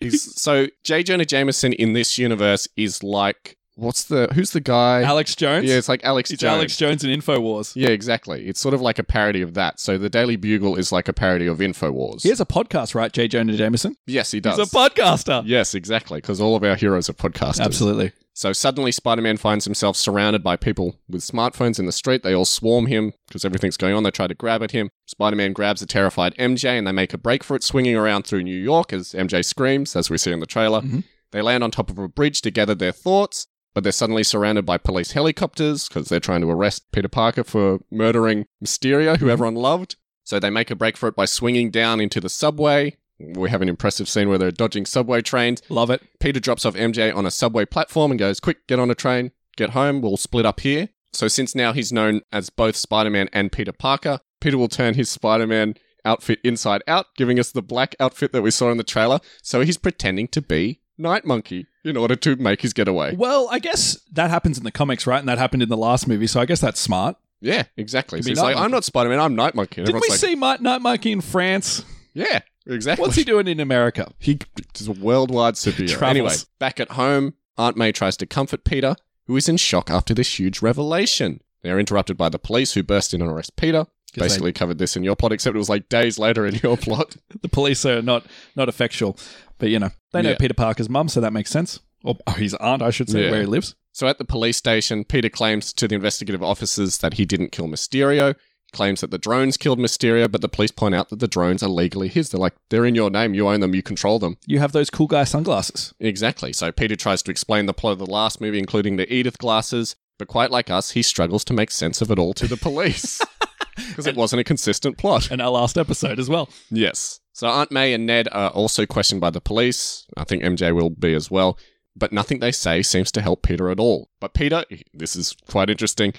Speaker 2: He's, so J. Jonah Jameson in this universe is like what's the who's the guy?
Speaker 1: Alex Jones?
Speaker 2: yeah, it's like Alex
Speaker 1: it's
Speaker 2: Jones.
Speaker 1: Alex Jones in Infowars.
Speaker 2: yeah, exactly. It's sort of like a parody of that. So the Daily Bugle is like a parody of Infowars.
Speaker 1: He has a podcast, right, J. Jonah Jameson?
Speaker 2: yes, he does.
Speaker 1: He's a podcaster.
Speaker 2: yes, exactly. Because all of our heroes are podcasters.
Speaker 1: Absolutely.
Speaker 2: So suddenly, Spider Man finds himself surrounded by people with smartphones in the street. They all swarm him because everything's going on. They try to grab at him. Spider Man grabs a terrified MJ and they make a break for it, swinging around through New York as MJ screams, as we see in the trailer.
Speaker 1: Mhm.
Speaker 2: They land on top of a bridge to gather their thoughts, but they're suddenly surrounded by police helicopters because they're trying to arrest Peter Parker for murdering Mysterio, who everyone loved. So they make a break for it by swinging down into the subway. We have an impressive scene where they're dodging subway trains.
Speaker 1: Love it.
Speaker 2: Peter drops off MJ on a subway platform and goes, Quick, get on a train, get home, we'll split up here. So, since now he's known as both Spider Man and Peter Parker, Peter will turn his Spider Man outfit inside out, giving us the black outfit that we saw in the trailer. So, he's pretending to be Night Monkey in order to make his getaway.
Speaker 1: Well, I guess that happens in the comics, right? And that happened in the last movie, so I guess that's smart.
Speaker 2: Yeah, exactly.
Speaker 1: Could
Speaker 2: So
Speaker 1: be
Speaker 2: he's
Speaker 1: Night
Speaker 2: like, I'm
Speaker 1: Monkey.
Speaker 2: not Spider Man, I'm Night Monkey. And
Speaker 1: Didn't we
Speaker 2: everyone's like,
Speaker 1: see Mike, Night Mikey in France?
Speaker 2: Yeah, exactly.
Speaker 1: What's he doing in America?
Speaker 2: He is a worldwide superhero.
Speaker 1: Travels.
Speaker 2: anyway, back at home, Aunt May tries to comfort Peter, who is in shock after this huge revelation. They're interrupted by the police, who burst in and arrest Peter.
Speaker 1: they-
Speaker 2: Basically, covered this in your plot, except it was like days later in your plot.
Speaker 1: The police are not not effectual, but you know they know
Speaker 2: Yeah.
Speaker 1: Peter Parker's mum, so that makes sense. Or oh, his aunt, I should say,
Speaker 2: Yeah.
Speaker 1: where he lives.
Speaker 2: So at the police station, Peter claims to the investigative officers that he didn't kill Mysterio. Claims that the drones killed Mysterio, but the police point out that the drones are legally his. They're like, they're in your name. You own them. You control them.
Speaker 1: You have those cool guy sunglasses.
Speaker 2: Exactly. So Peter tries to explain the plot of the last movie, including the Edith glasses, but quite like us, he struggles to make sense of it all to the police. Because it wasn't a consistent plot.
Speaker 1: In our last episode as well.
Speaker 2: Yes. So Aunt May and Ned are also questioned by the police. I think MJ will be as well. But nothing they say seems to help Peter at all. But Peter, this is quite interesting.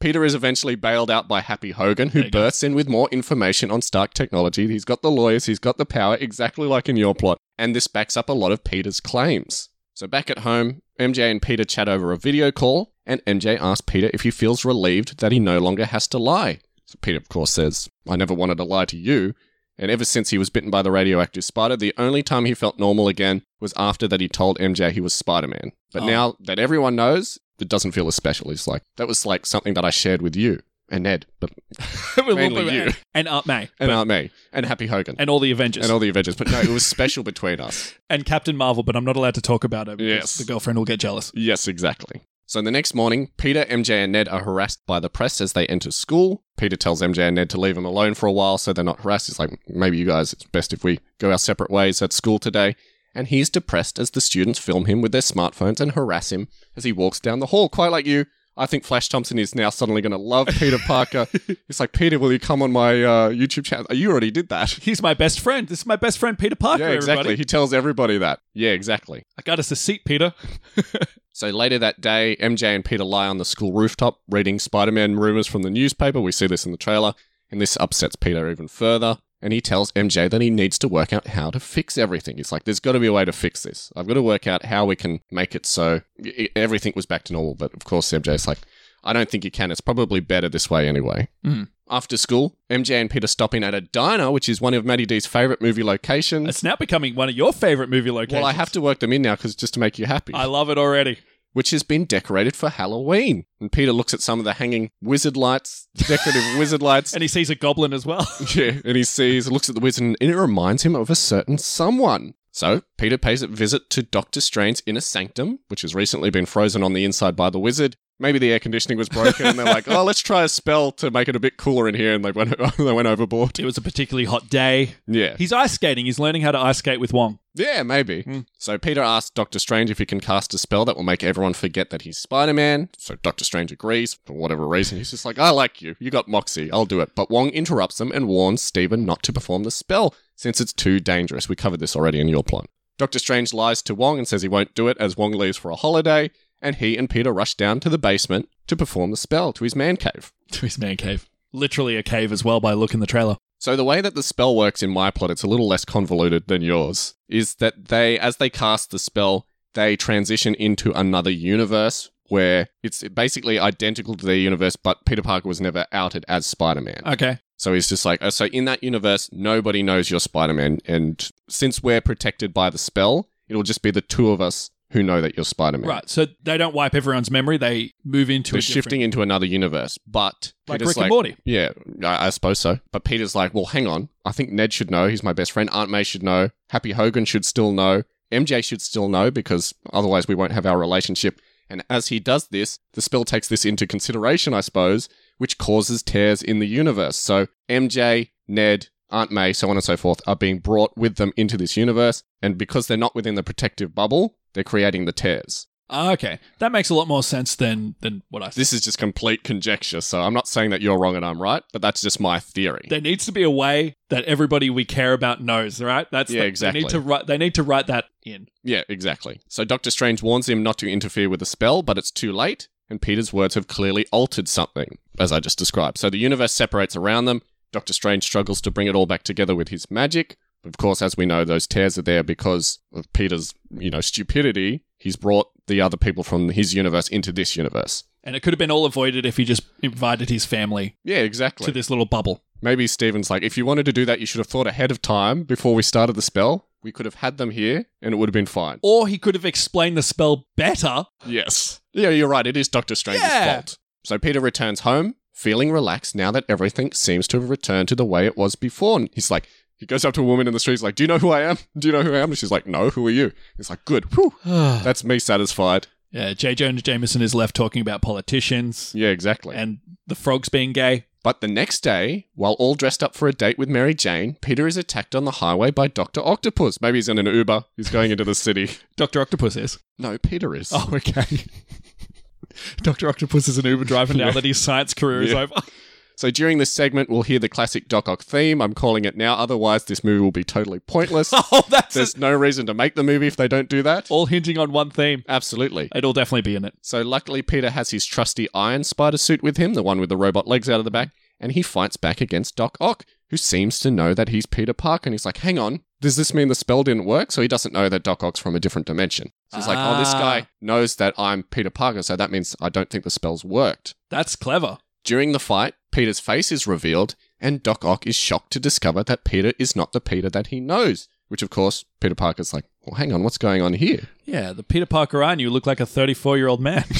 Speaker 2: Peter is eventually bailed out by Happy Hogan,
Speaker 1: There
Speaker 2: who
Speaker 1: you go.
Speaker 2: bursts in with more information on Stark technology. He's got the lawyers, he's got the power, exactly like in your plot. And this backs up a lot of Peter's claims. So back at home, MJ and Peter chat over a video call, and MJ asks Peter if he feels relieved that he no longer has to lie. So Peter, of course, says, I never wanted to lie to you. And ever since he was bitten by the radioactive spider, the only time he felt normal again was after that he told MJ he was Spider Man. But
Speaker 1: Oh.
Speaker 2: now that everyone knows, it doesn't feel as special. He's like, that was like something that I shared with you and Ned, but Mainly
Speaker 1: Well,
Speaker 2: you.
Speaker 1: And, and Aunt May.
Speaker 2: and
Speaker 1: but-
Speaker 2: Aunt May and Happy Hogan and,
Speaker 1: and all the Avengers. And,
Speaker 2: all the Avengers. But no, it was special between us.
Speaker 1: Captain Marvel, but I'm not allowed to talk about her because
Speaker 2: Yes.
Speaker 1: the girlfriend will get jealous.
Speaker 2: Yes, exactly. So the next morning, Peter, MJ, and Ned are harassed by the press as they enter school. Peter tells MJ and Ned to leave him alone for a while so they're not harassed. He's like, maybe you guys, it's best if we go our separate ways at school today. And he's depressed as the students film him with their smartphones and harass him as he walks down the hall, quite like you. I think Flash Thompson is now suddenly going to love Peter Parker. He's like, Peter, will you come on my uh, YouTube channel? You already did that.
Speaker 1: He's my best friend. This is my best friend, Peter Parker,
Speaker 2: yeah, exactly.
Speaker 1: everybody.
Speaker 2: He tells everybody that. Yeah, exactly.
Speaker 1: I got us a seat, Peter.
Speaker 2: So later that day, MJ and Peter lie on the school rooftop reading Spider Man rumors from the newspaper. We see this in the trailer, and this upsets Peter even further. And he tells MJ that he needs to work out how to fix everything. He's like, there's got to be a way to fix this. I've got to work out how we can make it so i- i- everything was back to normal. But of course, MJ's like, I don't think you can. It's probably better this way anyway.
Speaker 1: Mm.
Speaker 2: After school, MJ and Peter stop in at a diner, which is one of Maddie D's favorite movie locations.
Speaker 1: It's now becoming one of your favorite movie locations.
Speaker 2: well, I have to work them in now because just to make you happy
Speaker 1: I love it already.
Speaker 2: which has been decorated for Halloween. And Peter looks at some of the hanging wizard lights, decorative wizard lights.
Speaker 1: And he sees a goblin as well.
Speaker 2: yeah, and he sees, looks at the wizard, and it reminds him of a certain someone. So Peter pays a visit to Doctor Strange's inner sanctum, which has recently been frozen on the inside by the wizard. Maybe the air conditioning was broken, and they're like, "Oh, let's try a spell to make it a bit cooler in here," and they went they went overboard.
Speaker 1: it was a particularly hot day.
Speaker 2: Yeah,
Speaker 1: He's ice skating. He's learning how to ice skate with Wong.
Speaker 2: Yeah, maybe.
Speaker 1: Hmm.
Speaker 2: So Peter asks Doctor Strange if he can cast a spell that will make everyone forget that he's Spider Man. So Doctor Strange agrees for whatever reason. He's just like, I like you. You got Moxie. I'll do it. But Wong interrupts them and warns Stephen not to perform the spell since it's too dangerous. We covered this already in your plot. Doctor Strange lies to Wong and says he won't do it as Wong leaves for a holiday. And he and Peter rush down to the basement to perform the spell to his man cave.
Speaker 1: To his man cave. Literally a cave as well by look in the trailer.
Speaker 2: So the way that the spell works in my plot, it's a little less convoluted than yours, is that they as they cast the spell, they transition into another universe where it's basically identical to their universe, but Peter Parker was never outed as Spider Man.
Speaker 1: Okay.
Speaker 2: So he's just like, oh, so in that universe, nobody knows you're Spider Man. And since we're protected by the spell, it'll just be the two of us who know that you're Spider Man.
Speaker 1: Right. So they don't wipe everyone's memory. They move into
Speaker 2: They're
Speaker 1: a different-
Speaker 2: shifting into another universe, but
Speaker 1: like
Speaker 2: Peter's
Speaker 1: Rick and Morty.
Speaker 2: Yeah, I, I suppose so. But Peter's like, well, hang on. I think Ned should know. He's my best friend. Aunt May should know. Happy Hogan should still know. MJ should still know because otherwise we won't have our relationship. And as he does this, the spell takes this into consideration, I suppose, which causes tears in the universe. So MJ, Ned, Aunt May, so on and so forth, are being brought with them into this universe. And because they're not within the protective bubble, they're creating the tears.
Speaker 1: Ah, okay, that makes a lot more sense than than what I.
Speaker 2: This is just complete conjecture, so I'm not saying that you're wrong and I'm right, but that's just my theory.
Speaker 1: there needs to be a way that everybody we care about knows, right? That's
Speaker 2: Yeah,
Speaker 1: the-
Speaker 2: exactly.
Speaker 1: They need to write. They need to write that in.
Speaker 2: Yeah, exactly. So Doctor Strange warns him not to interfere with the spell, but it's too late, and Peter's words have clearly altered something, as I just described. So the universe separates around them. Doctor Strange struggles to bring it all back together with his magic. Of course, as we know, those tears are there because of Peter's, you know, stupidity. He's brought the other people from his universe into this universe.
Speaker 1: And it could have been all avoided if he just invited his family
Speaker 2: Yeah, exactly.
Speaker 1: to this little bubble.
Speaker 2: Maybe Steven's like, if you wanted to do that, you should have thought ahead of time before we started the spell. We could have had them here, and it would have been fine.
Speaker 1: Or he could have explained the spell better.
Speaker 2: Yes. Yeah, you're right. It is Doctor Strange's
Speaker 1: Yeah.
Speaker 2: fault. So Peter returns home, feeling relaxed now that everything seems to have returned to the way it was before. And he's like, he goes up to a woman in the street, he's like, Do you know who I am? Do you know who I am? And she's like, No, who are you? He's like, Good. Whew.
Speaker 1: yeah,
Speaker 2: That's me satisfied.
Speaker 1: J. Jonah Jameson is left talking about politicians
Speaker 2: Yeah, exactly.
Speaker 1: and the frogs being gay.
Speaker 2: But the next day, while all dressed up for a date with Mary Jane, Peter is attacked on the highway by Dr. Octopus. Maybe he's in an Uber. He's going into the city.
Speaker 1: Doctor Octopus is.
Speaker 2: No, Peter is.
Speaker 1: Oh, okay. Doctor Octopus is an Uber driver now that his science career is
Speaker 2: Yeah.
Speaker 1: over.
Speaker 2: So during this segment, we'll hear the classic Doc Ock theme. I'm calling it now. Otherwise, this movie will be totally pointless.
Speaker 1: oh, that's
Speaker 2: There's no reason to make the movie if they don't do that.
Speaker 1: all hinging on one theme.
Speaker 2: Absolutely.
Speaker 1: It'll definitely be in it.
Speaker 2: So luckily, Peter has his trusty iron spider suit with him, the one with the robot legs out of the back, and he fights back against Doc Ock, who seems to know that he's Peter Parker, and he's like, hang on, does this mean the spell didn't work? So he doesn't know that Doc Ock's from a different dimension. So he's like, oh, this
Speaker 1: Ah.
Speaker 2: guy knows that I'm Peter Parker, so that means I don't think the spell's worked.
Speaker 1: That's clever.
Speaker 2: During the fight, Peter's face is revealed, and Doc Ock is shocked to discover that Peter is not the Peter that he knows. Which, of course, Peter Parker's like, well, hang on, what's going on here?
Speaker 1: Yeah, the Peter Parker I knew looked like a 34 year old man.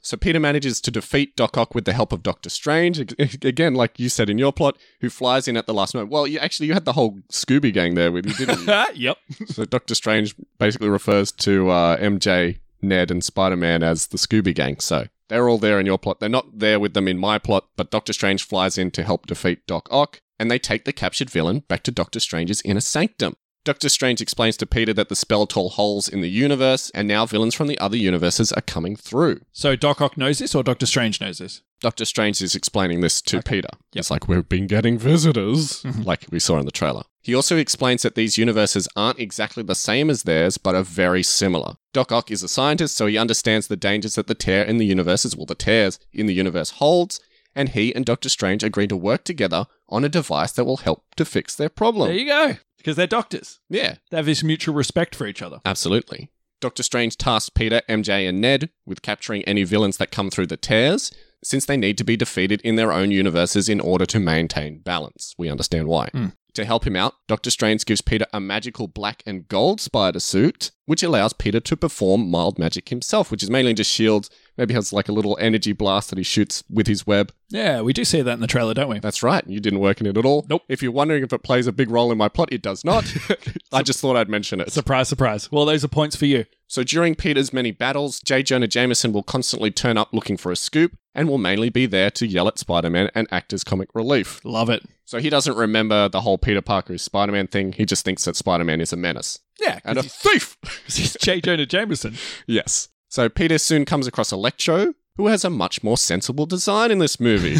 Speaker 2: So Peter manages to defeat Doc Ock with the help of Doctor Strange, ag- again, like you said in your plot, who flies in at the last moment. Well, you actually you had the whole Scooby gang there with you, didn't you?
Speaker 1: yep.
Speaker 2: so Doctor Strange basically refers to uh, MJ, Ned, and Spider Man as the Scooby gang. So they're all there in your plot. They're not there with them in my plot, but Doctor Strange flies in to help defeat Doc Ock, and they take the captured villain back to Doctor Strange's inner sanctum. Doctor Strange explains to Peter that the spell tore holes in the universe, and now villains from the other universes are coming through.
Speaker 1: So Doc Ock knows this, or Doctor Strange knows this?
Speaker 2: Doctor Strange is explaining this to
Speaker 1: Okay. Mm-hmm.
Speaker 2: Peter. It's like, we've been getting visitors, like we saw in the trailer. He also explains that these universes aren't exactly the same as theirs, but are very similar. Doc Ock is a scientist, so he understands the dangers that the tear in the universes, well, the tears in the universe holds, and he and Doctor Strange agree to work together on a device that will help to fix their problem.
Speaker 1: There you go. Because they're doctors.
Speaker 2: yeah.
Speaker 1: They have this mutual respect for each other.
Speaker 2: Absolutely. Doctor Strange tasks Peter, MJ, and Ned with capturing any villains that come through the tears, since they need to be defeated in their own universes in order to maintain balance. We understand why.
Speaker 1: Hmm.
Speaker 2: To help him out, Doctor Strange gives Peter a magical black and gold spider suit, which allows Peter to perform mild magic himself, which is mainly just shields. Maybe has like a little energy blast that he shoots with his web.
Speaker 1: Yeah, we do see that in the trailer, don't we?
Speaker 2: That's right. You didn't work in it at all.
Speaker 1: Nope.
Speaker 2: If you're wondering if it plays a big role in my plot, it does not. I just thought I'd mention it.
Speaker 1: Surprise, surprise. Well, those are points for you.
Speaker 2: So during Peter's many battles, J. Jonah Jameson will constantly turn up looking for a scoop and will mainly be there to yell at Spider Man and act as comic relief.
Speaker 1: Love it.
Speaker 2: So he doesn't remember the whole Peter Parker is Spider Man thing, he just thinks that Spider Man is a menace
Speaker 1: Yeah,
Speaker 2: and a
Speaker 1: because
Speaker 2: thief!
Speaker 1: he's, he's J. Jonah Jameson.
Speaker 2: yes. So Peter soon comes across Electro, who has a much more sensible design in this movie.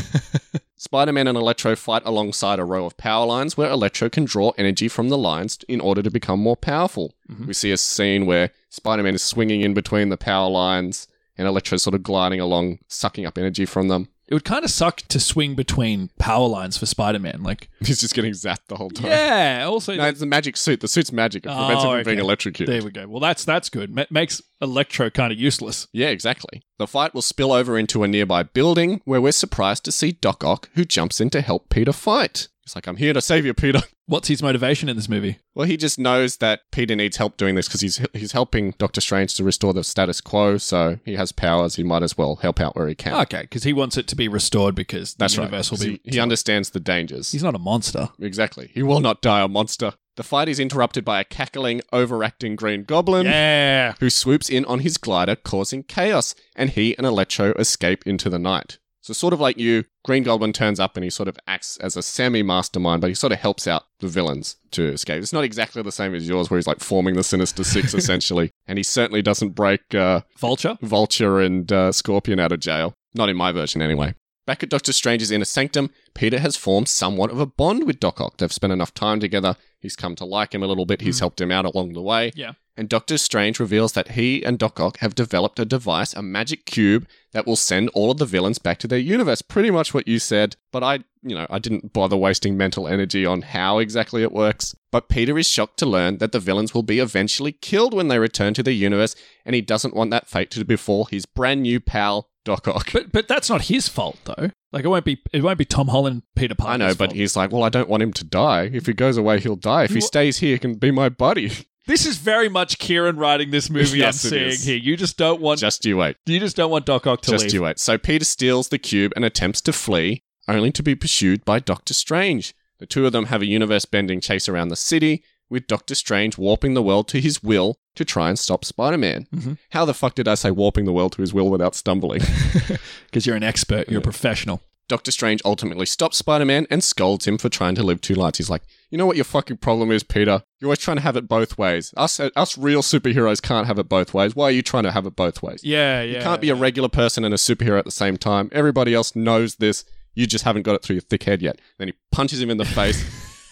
Speaker 2: Spider Man and Electro fight alongside a row of power lines where Electro can draw energy from the lines in order to become more powerful.
Speaker 1: Mhm.
Speaker 2: We see a scene where Spider Man is swinging in between the power lines and Electro's sort of gliding along, sucking up energy from them.
Speaker 1: It would kind of suck to swing between power lines for Spider Man. Like,
Speaker 2: He's just getting zapped the whole time.
Speaker 1: yeah. Also,
Speaker 2: No, it's the magic suit. The suit's magic. It prevents
Speaker 1: Oh,
Speaker 2: him from being
Speaker 1: okay.
Speaker 2: electrocuted.
Speaker 1: there we go. Well, that's that's good. Ma- makes Electro kind of useless.
Speaker 2: Yeah, exactly. The fight will spill over into a nearby building where we're surprised to see Doc Ock, who jumps in to help Peter fight. He's like, I'm here to save you, Peter.
Speaker 1: What's his motivation in this movie?
Speaker 2: Well, he just knows that Peter needs help doing this because he's he's helping Doctor Strange to restore the status quo. So he has powers. He might as well help out where he can.
Speaker 1: Okay, because he wants it to be restored because
Speaker 2: That's
Speaker 1: the
Speaker 2: right.
Speaker 1: Ah, universe will be.
Speaker 2: He, he understands the dangers.
Speaker 1: He's not a monster.
Speaker 2: exactly. He will not die a monster. The fight is interrupted by a cackling, overacting Green Goblin.
Speaker 1: Yeah.
Speaker 2: who swoops in on his glider, causing chaos, and he and Electro escape into the night. So, sort of like you, Green Goblin turns up and he sort of acts as a semi mastermind, but he sort of helps out the villains to escape. It's not exactly the same as yours, where he's like forming the Sinister Six, essentially, and he certainly doesn't break uh,
Speaker 1: Vulture.
Speaker 2: Vulture and uh, Scorpion out of jail. Not in my version, anyway. Back at Doctor Strange's inner sanctum, Peter has formed somewhat of a bond with Doc Ock. They've spent enough time together. He's come to like him a little bit. He's
Speaker 1: Mm.
Speaker 2: helped him out along the way.
Speaker 1: Yeah.
Speaker 2: And Doctor Strange reveals that he and Doc Ock have developed a device, a magic cube, that will send all of the villains back to their universe. Pretty much what you said, but I, you know, I didn't bother wasting mental energy on how exactly it works. But Peter is shocked to learn that the villains will be eventually killed when they return to their universe, and he doesn't want that fate to befall his brand new pal, Doc Ock.
Speaker 1: But but that's not his fault though. Like it won't be it won't be Tom Holland, Peter Parker.
Speaker 2: I know, but he's like, well, I don't want him to die. If he goes away, he'll die. If he
Speaker 1: Wha-
Speaker 2: stays here, he can be my buddy.
Speaker 1: this is very much Kieran writing this movie.
Speaker 2: Yes,
Speaker 1: I'm
Speaker 2: it
Speaker 1: seeing
Speaker 2: is.
Speaker 1: here. You just don't want
Speaker 2: Just you wait.
Speaker 1: you just don't want Doc Ock to
Speaker 2: Just
Speaker 1: leave.
Speaker 2: you wait. So Peter steals the cube and attempts to flee, only to be pursued by Doctor Strange. The two of them have a universe bending chase around the city, with Doctor Strange warping the world to his will to try and stop Spider Man.
Speaker 1: Mhm.
Speaker 2: How the fuck did I say warping the world to his will without stumbling?
Speaker 1: Because you're an expert. You're a professional.
Speaker 2: Doctor Strange ultimately stops Spider Man and scolds him for trying to live two lives. He's like, You know what your fucking problem is, Peter? You're always trying to have it both ways. Us, us real superheroes can't have it both ways. Why are you trying to have it both ways?
Speaker 1: Yeah, yeah.
Speaker 2: You can't be a regular person and a superhero at the same time. Everybody else knows this. You just haven't got it through your thick head yet. Then he punches him in the face.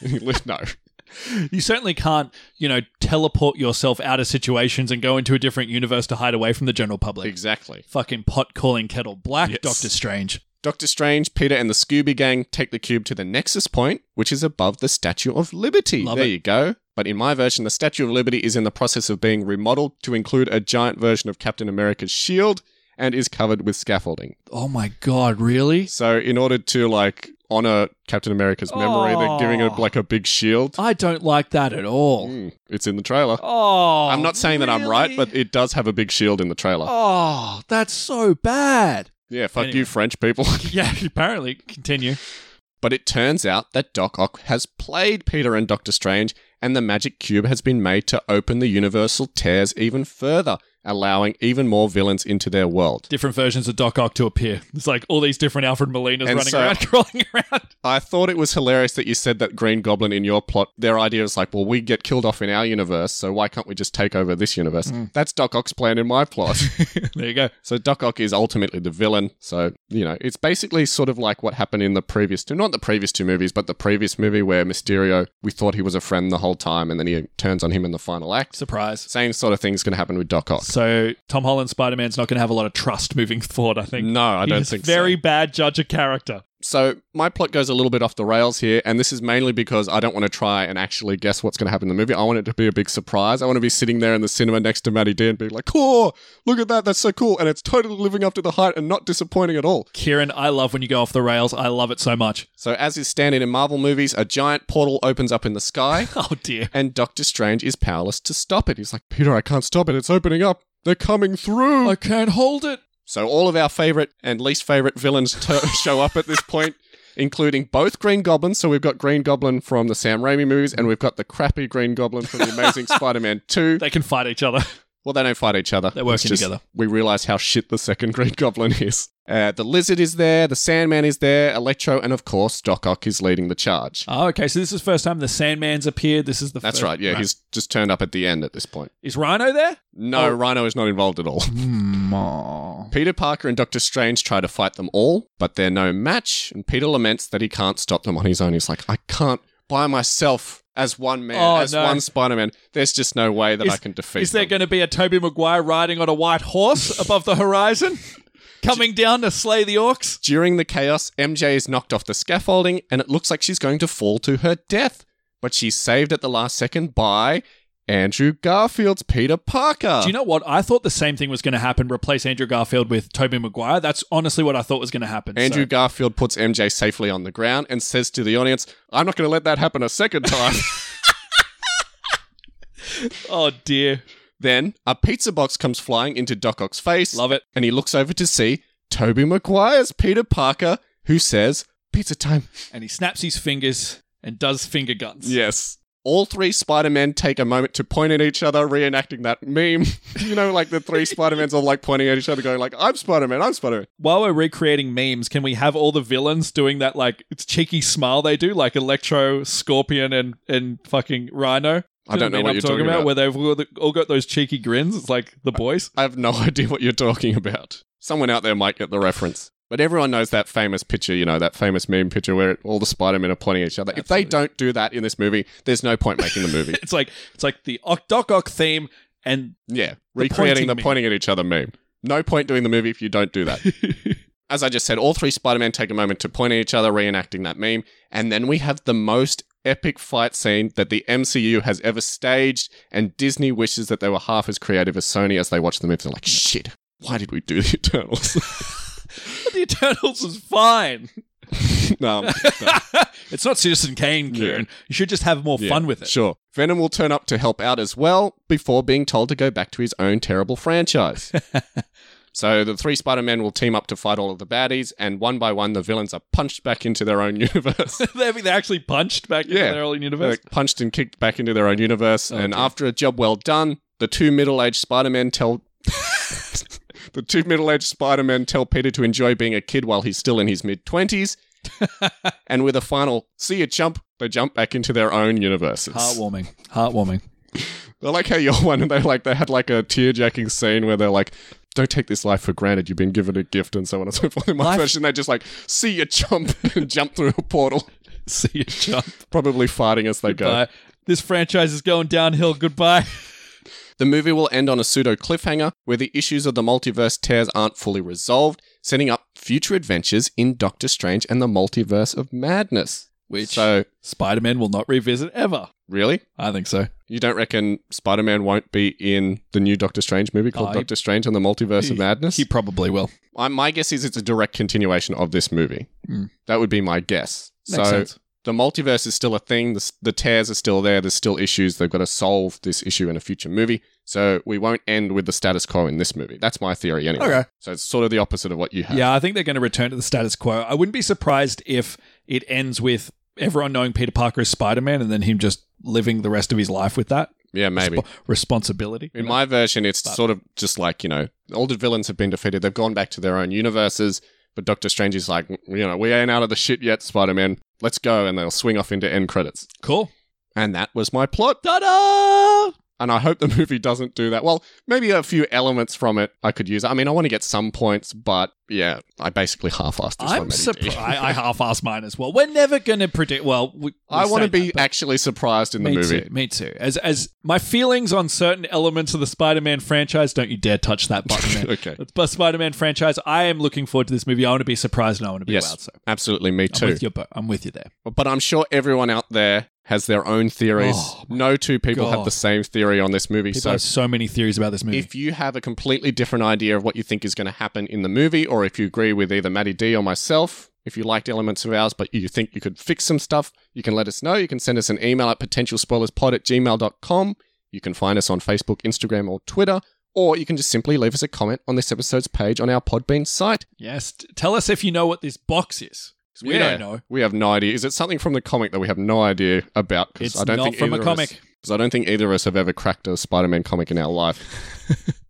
Speaker 2: and he li- no.
Speaker 1: You certainly can't, you know, teleport yourself out of situations and go into a different universe to hide away from the general public.
Speaker 2: Exactly.
Speaker 1: Fucking pot calling kettle black,
Speaker 2: Yes.
Speaker 1: Doctor Strange.
Speaker 2: Doctor Strange, Peter, and the Scooby Gang take the cube to the Nexus Point, which is above the Statue of Liberty.
Speaker 1: Love
Speaker 2: there
Speaker 1: it.
Speaker 2: you go. But in my version, the Statue of Liberty is in the process of being remodeled to include a giant version of Captain America's shield and is covered with scaffolding.
Speaker 1: Oh my god, really?
Speaker 2: So, in order to like honor Captain America's memory, they're giving it
Speaker 1: Aw.
Speaker 2: like a big shield.
Speaker 1: I don't like that at all.
Speaker 2: Mm, it's in the trailer.
Speaker 1: Oh,
Speaker 2: I'm not saying that I'm right, but
Speaker 1: really?
Speaker 2: it does have a big shield in the trailer.
Speaker 1: oh, that's so bad.
Speaker 2: yeah, fuck
Speaker 1: Anyway.
Speaker 2: you, French people.
Speaker 1: Yeah, apparently. Continue.
Speaker 2: but it turns out that Doc Ock has played Peter and Doctor Strange, and the magic cube has been made to open the universal tears even further, allowing even more villains into their world.
Speaker 1: Different versions of Doc Ock to appear. It's like all these different Alfred Molinas
Speaker 2: And
Speaker 1: running
Speaker 2: so-
Speaker 1: around, crawling around.
Speaker 2: I thought it was hilarious that you said that Green Goblin in your plot, their idea is like, well, we get killed off in our universe, so why can't we just take over this universe? That's Doc Ock's plan in my plot.
Speaker 1: There you go.
Speaker 2: So Doc Ock is ultimately the villain. So, you know, it's basically sort of like what happened in the previous two, not the previous two movies, but the previous movie where Mysterio, we thought he was a friend the whole time and then he turns on him in the final act.
Speaker 1: Surprise.
Speaker 2: Same sort of thing's going to happen with Doc Ock.
Speaker 1: So Tom Holland Spider Man's not going to have a lot of trust moving forward. I think.
Speaker 2: No, I don't
Speaker 1: He's
Speaker 2: think
Speaker 1: very
Speaker 2: so.
Speaker 1: bad judge of character.
Speaker 2: So my plot goes a little bit off the rails here, and this is mainly because I don't want to try and actually guess what's going to happen in the movie. I want it to be a big surprise. I want to be sitting there in the cinema next to Maddie D and be like, "Oh, look at that! That's so cool!" And it's totally living up to the hype and not disappointing at all.
Speaker 1: Kieran, I love when you go off the rails. I love it so much.
Speaker 2: So, as is standard in Marvel movies, a giant portal opens up in the sky,
Speaker 1: Oh dear.
Speaker 2: and Doctor Strange is powerless to stop it. He's like, Peter, I can't stop it. It's opening up. They're coming through.
Speaker 1: I can't hold it.
Speaker 2: So, all of our favorite and least favorite villains to- show up at this point, including both Green Goblins. So, we've got Green Goblin from the Sam Raimi movies, and we've got the crappy Green Goblin from The Amazing Spider Man 2.
Speaker 1: They can fight each other.
Speaker 2: Well, they don't fight each other.
Speaker 1: They're working
Speaker 2: It's just-
Speaker 1: together.
Speaker 2: We realize how shit the second Green Goblin is. Uh, the Lizard is there, the Sandman is there, Electro, and of course, Doc Ock is leading the charge.
Speaker 1: Oh, okay. So this is the first time the Sandman's appeared. This is the
Speaker 2: That's
Speaker 1: first-
Speaker 2: right. Yeah, he's just turned up at the end at this point.
Speaker 1: is Rhino there?
Speaker 2: No,
Speaker 1: Oh.
Speaker 2: Rhino is not involved at all.
Speaker 1: Mm,
Speaker 2: Peter Parker and Doctor Strange try to fight them all, but they're no match, and Peter laments that he can't stop them on his own. He's like, I can't by myself as one man,
Speaker 1: Oh,
Speaker 2: as
Speaker 1: no.
Speaker 2: one Spider Man. There's just no way that
Speaker 1: Is-
Speaker 2: I can defeat
Speaker 1: Is there
Speaker 2: them.
Speaker 1: going to be a Toby Maguire riding on a white horse above the horizon? coming down to slay the orcs.
Speaker 2: During the chaos, MJ is knocked off the scaffolding and it looks like she's going to fall to her death. But she's saved at the last second by Andrew Garfield's Peter Parker.
Speaker 1: Do you know what? I thought the same thing was going to happen. Replace Andrew Garfield with Tobey Maguire. That's honestly what I thought was going to happen.
Speaker 2: Andrew
Speaker 1: So-
Speaker 2: Garfield puts MJ safely on the ground and says to the audience, I'm not going to let that happen a second time.
Speaker 1: oh dear,
Speaker 2: then a pizza box comes flying into Doc Ock's face.
Speaker 1: love it.
Speaker 2: and he looks over to see Toby Maguire's Peter Parker, who says, Pizza time.
Speaker 1: And he snaps his fingers and does finger guns.
Speaker 2: Yes. All three Spider Men take a moment to point at each other, reenacting that meme. you know, like the three Spider Men's all like pointing at each other, going like, I'm Spider Man, I'm Spider Man.
Speaker 1: While we're recreating memes, can we have all the villains doing that like it's cheeky smile they do, like Electro, Scorpion, and and fucking Rhino?
Speaker 2: I don't know
Speaker 1: meme
Speaker 2: what
Speaker 1: I'm
Speaker 2: you're talking about.
Speaker 1: Where they've all, all got those cheeky grins. It's like the boys.
Speaker 2: I have no idea what you're talking about. Someone out there might get the reference. But everyone knows that famous picture, you know, that famous meme picture where all the Spider Men are pointing at each other. If they don't do that in this movie, there's no point making the movie.
Speaker 1: It's like it's like the Oc- Doc Ock theme and
Speaker 2: Yeah,
Speaker 1: The
Speaker 2: recreating
Speaker 1: pointing
Speaker 2: the
Speaker 1: meme.
Speaker 2: pointing at each other meme. No point doing the movie if you don't do that. As I just said, all three Spider-Man take a moment to point at each other, reenacting that meme, and then we have the most epic fight scene that the MCU has ever staged, and Disney wishes that they were half as creative as Sony as they watch the movie. They're like, shit, why did we do the Eternals?
Speaker 1: the Eternals is fine.
Speaker 2: no, I'm-
Speaker 1: it's not Citizen Kane, Kieran. You should just have more
Speaker 2: Yeah,
Speaker 1: fun with it.
Speaker 2: Sure. Venom will turn up to help out as well before being told to go back to his own terrible franchise. so the three Spider Men will team up to fight all of the baddies, and one by one, the villains are punched back into their own universe.
Speaker 1: they they actually punched back into
Speaker 2: Yeah.
Speaker 1: their own
Speaker 2: They're
Speaker 1: universe.
Speaker 2: punched and kicked back into their own universe.
Speaker 1: Oh,
Speaker 2: and after a job well done, the two middle aged Spider Men tell. The two middle aged Spider Men tell Peter to enjoy being a kid while he's still in his mid 20s. and with a final, see ya, chump, they jump back into their own universes.
Speaker 1: Heartwarming. Heartwarming.
Speaker 2: I like how your one and they like they had like a tear-jacking scene where they're like, "Don't take this life for granted. You've been given a gift," and so on and so forth. In my
Speaker 1: Life-
Speaker 2: version, they just like see you jump and jump through a portal,
Speaker 1: See you, John.
Speaker 2: probably farting as they go.
Speaker 1: Bye. This franchise is going downhill. Goodbye.
Speaker 2: The movie will end on a pseudo cliffhanger where the issues of the multiverse tears aren't fully resolved, setting up future adventures in Doctor Strange and the Multiverse of Madness.
Speaker 1: Which-
Speaker 2: so
Speaker 1: Spider Man will not revisit ever.
Speaker 2: really.
Speaker 1: I think so.
Speaker 2: You don't reckon Spider Man won't be in the new Doctor Strange movie called
Speaker 1: I-
Speaker 2: Doctor Strange and the Multiverse of Madness?
Speaker 1: He probably will.
Speaker 2: I, my guess is it's a direct continuation of this movie.
Speaker 1: Mm.
Speaker 2: That would be my guess.
Speaker 1: Makes
Speaker 2: so
Speaker 1: sense.
Speaker 2: the multiverse is still a thing. The, s- the tears are still there. There's still issues. They've got to solve this issue in a future movie. So we won't end with the status quo in this movie. That's my theory anyway.
Speaker 1: Okay.
Speaker 2: So it's sort of the opposite of what you have.
Speaker 1: Yeah, I think they're going to return to the status quo. I wouldn't be surprised if it ends with everyone knowing Peter Parker is Spider Man and then him just living the rest of his life with that
Speaker 2: Yeah, maybe.
Speaker 1: Respo- responsibility.
Speaker 2: In my version, it's sort of just like, you know, all the villains have been defeated. They've gone back to their own universes. But Doctor Strange is like, "Mm, you know, we ain't out of the shit yet, Spider Man. Let's go. And they'll swing off into end credits.
Speaker 1: cool.
Speaker 2: And that was my plot.
Speaker 1: Ta da!
Speaker 2: and I hope the movie doesn't do that. Well, maybe a few elements from it I could use. I mean, I want to get some points, but yeah, I basically half-assed this one.
Speaker 1: I'm
Speaker 2: Matty D.
Speaker 1: surprised. I, I half-assed mine as well. We're never going to predict. Well, we, we
Speaker 2: I want to
Speaker 1: say
Speaker 2: be
Speaker 1: that, but-
Speaker 2: actually surprised in the
Speaker 1: me
Speaker 2: movie.
Speaker 1: too. Me too. As as my feelings on certain elements of the Spider-Man franchise. Don't you dare touch that button. Man.
Speaker 2: Okay.
Speaker 1: It's the Spider-Man franchise. I am looking forward to this movie. I want to be surprised and I want to be
Speaker 2: Yes,
Speaker 1: wowed. So
Speaker 2: absolutely, me
Speaker 1: I'm
Speaker 2: too.
Speaker 1: with you. But I'm with you there.
Speaker 2: But I'm sure everyone out there has their own theories.
Speaker 1: Oh,
Speaker 2: no two people have
Speaker 1: God.
Speaker 2: the same theory on this movie,
Speaker 1: People
Speaker 2: so
Speaker 1: have so many theories about this movie.
Speaker 2: if you have a completely different idea of what you think is going to happen in the movie, or if you agree with either Maddie D or myself, if you liked elements of ours but you think you could fix some stuff, you can let us know. You can send us an email at potentialspoilerspod at gmail.com. You can find us on Facebook, Instagram, or Twitter, or you can just simply leave us a comment on this episode's page on our Podbean site.
Speaker 1: yes. T- tell us if you know what this box is. 'Cause We
Speaker 2: Yeah.
Speaker 1: don't know.
Speaker 2: We have no idea. Is it something from the comic that we have no idea about? 'Cause
Speaker 1: It's not from a
Speaker 2: either of us-
Speaker 1: comic.
Speaker 2: because I don't think either of us have ever cracked a Spider Man comic in our life.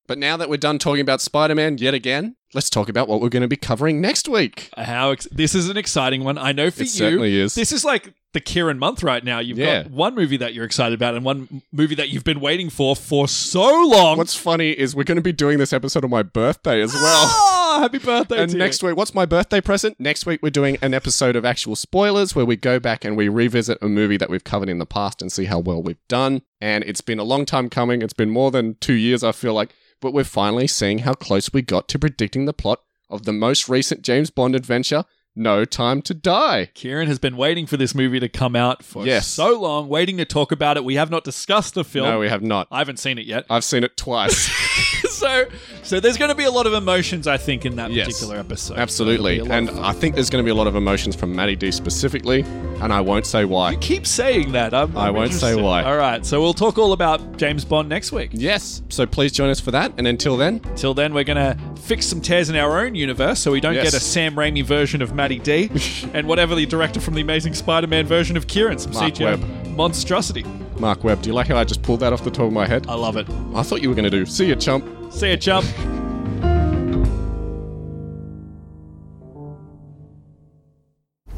Speaker 2: but now that we're done talking about Spider Man yet again, let's talk about what we're going to be covering next week.
Speaker 1: How ex- this is an exciting one. I know for you.
Speaker 2: It certainly is.
Speaker 1: This is like the Kieran month right now. You've
Speaker 2: Yeah.
Speaker 1: got one movie that you're excited about and one m- movie that you've been waiting for for so long.
Speaker 2: What's funny is we're going to be doing this episode on my birthday as well.
Speaker 1: Ah, happy birthday
Speaker 2: And
Speaker 1: to
Speaker 2: next week, what's my birthday present? Next week, we're doing an episode of actual spoilers where we go back and we revisit a movie that we've covered in the past and see how well we've done. And it's been a long time coming. It's been more than two years, I feel like, but we're finally seeing how close we got to predicting the plot of the most recent James Bond adventure, No Time to Die.
Speaker 1: Kieran has been waiting for this movie to come out for
Speaker 2: Yes.
Speaker 1: so long, waiting to talk about it. We have not discussed the film.
Speaker 2: No, we Uh, have not.
Speaker 1: I haven't seen it yet.
Speaker 2: I've seen it twice.
Speaker 1: so, so there's going to be a lot of emotions, I think, in that
Speaker 2: Yes.
Speaker 1: particular episode.
Speaker 2: Absolutely.
Speaker 1: So it'll be a lot
Speaker 2: And
Speaker 1: of fun.
Speaker 2: I think there's going to be a lot of emotions from Maddie D specifically, and I won't say why.
Speaker 1: keep saying that. I'm,
Speaker 2: I
Speaker 1: I'm
Speaker 2: won't say
Speaker 1: interested.
Speaker 2: why.
Speaker 1: All right. So we'll talk all about James Bond next week.
Speaker 2: Yes, so please join us for that. And until then,
Speaker 1: Till then, we're going to fix some tears in our own universe so we don't
Speaker 2: Yes.
Speaker 1: get a Sam Raimi version of Matty D and whatever the director from the Amazing Spider Man version of Kieran, some
Speaker 2: Mark
Speaker 1: CGI
Speaker 2: Webb.
Speaker 1: monstrosity.
Speaker 2: Mark Webb, do you like how I just pulled that off the top of my head?
Speaker 1: I love it.
Speaker 2: I thought you were going to do. See ya, chump.
Speaker 1: See ya, chump.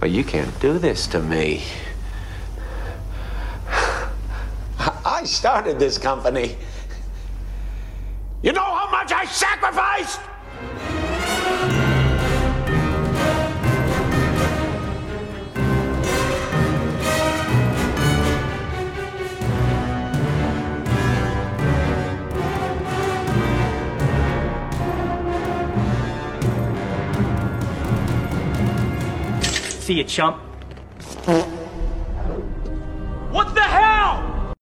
Speaker 3: But you can't do this to me.
Speaker 4: I started this company. You know how much I sacrificed?
Speaker 5: See you, chump.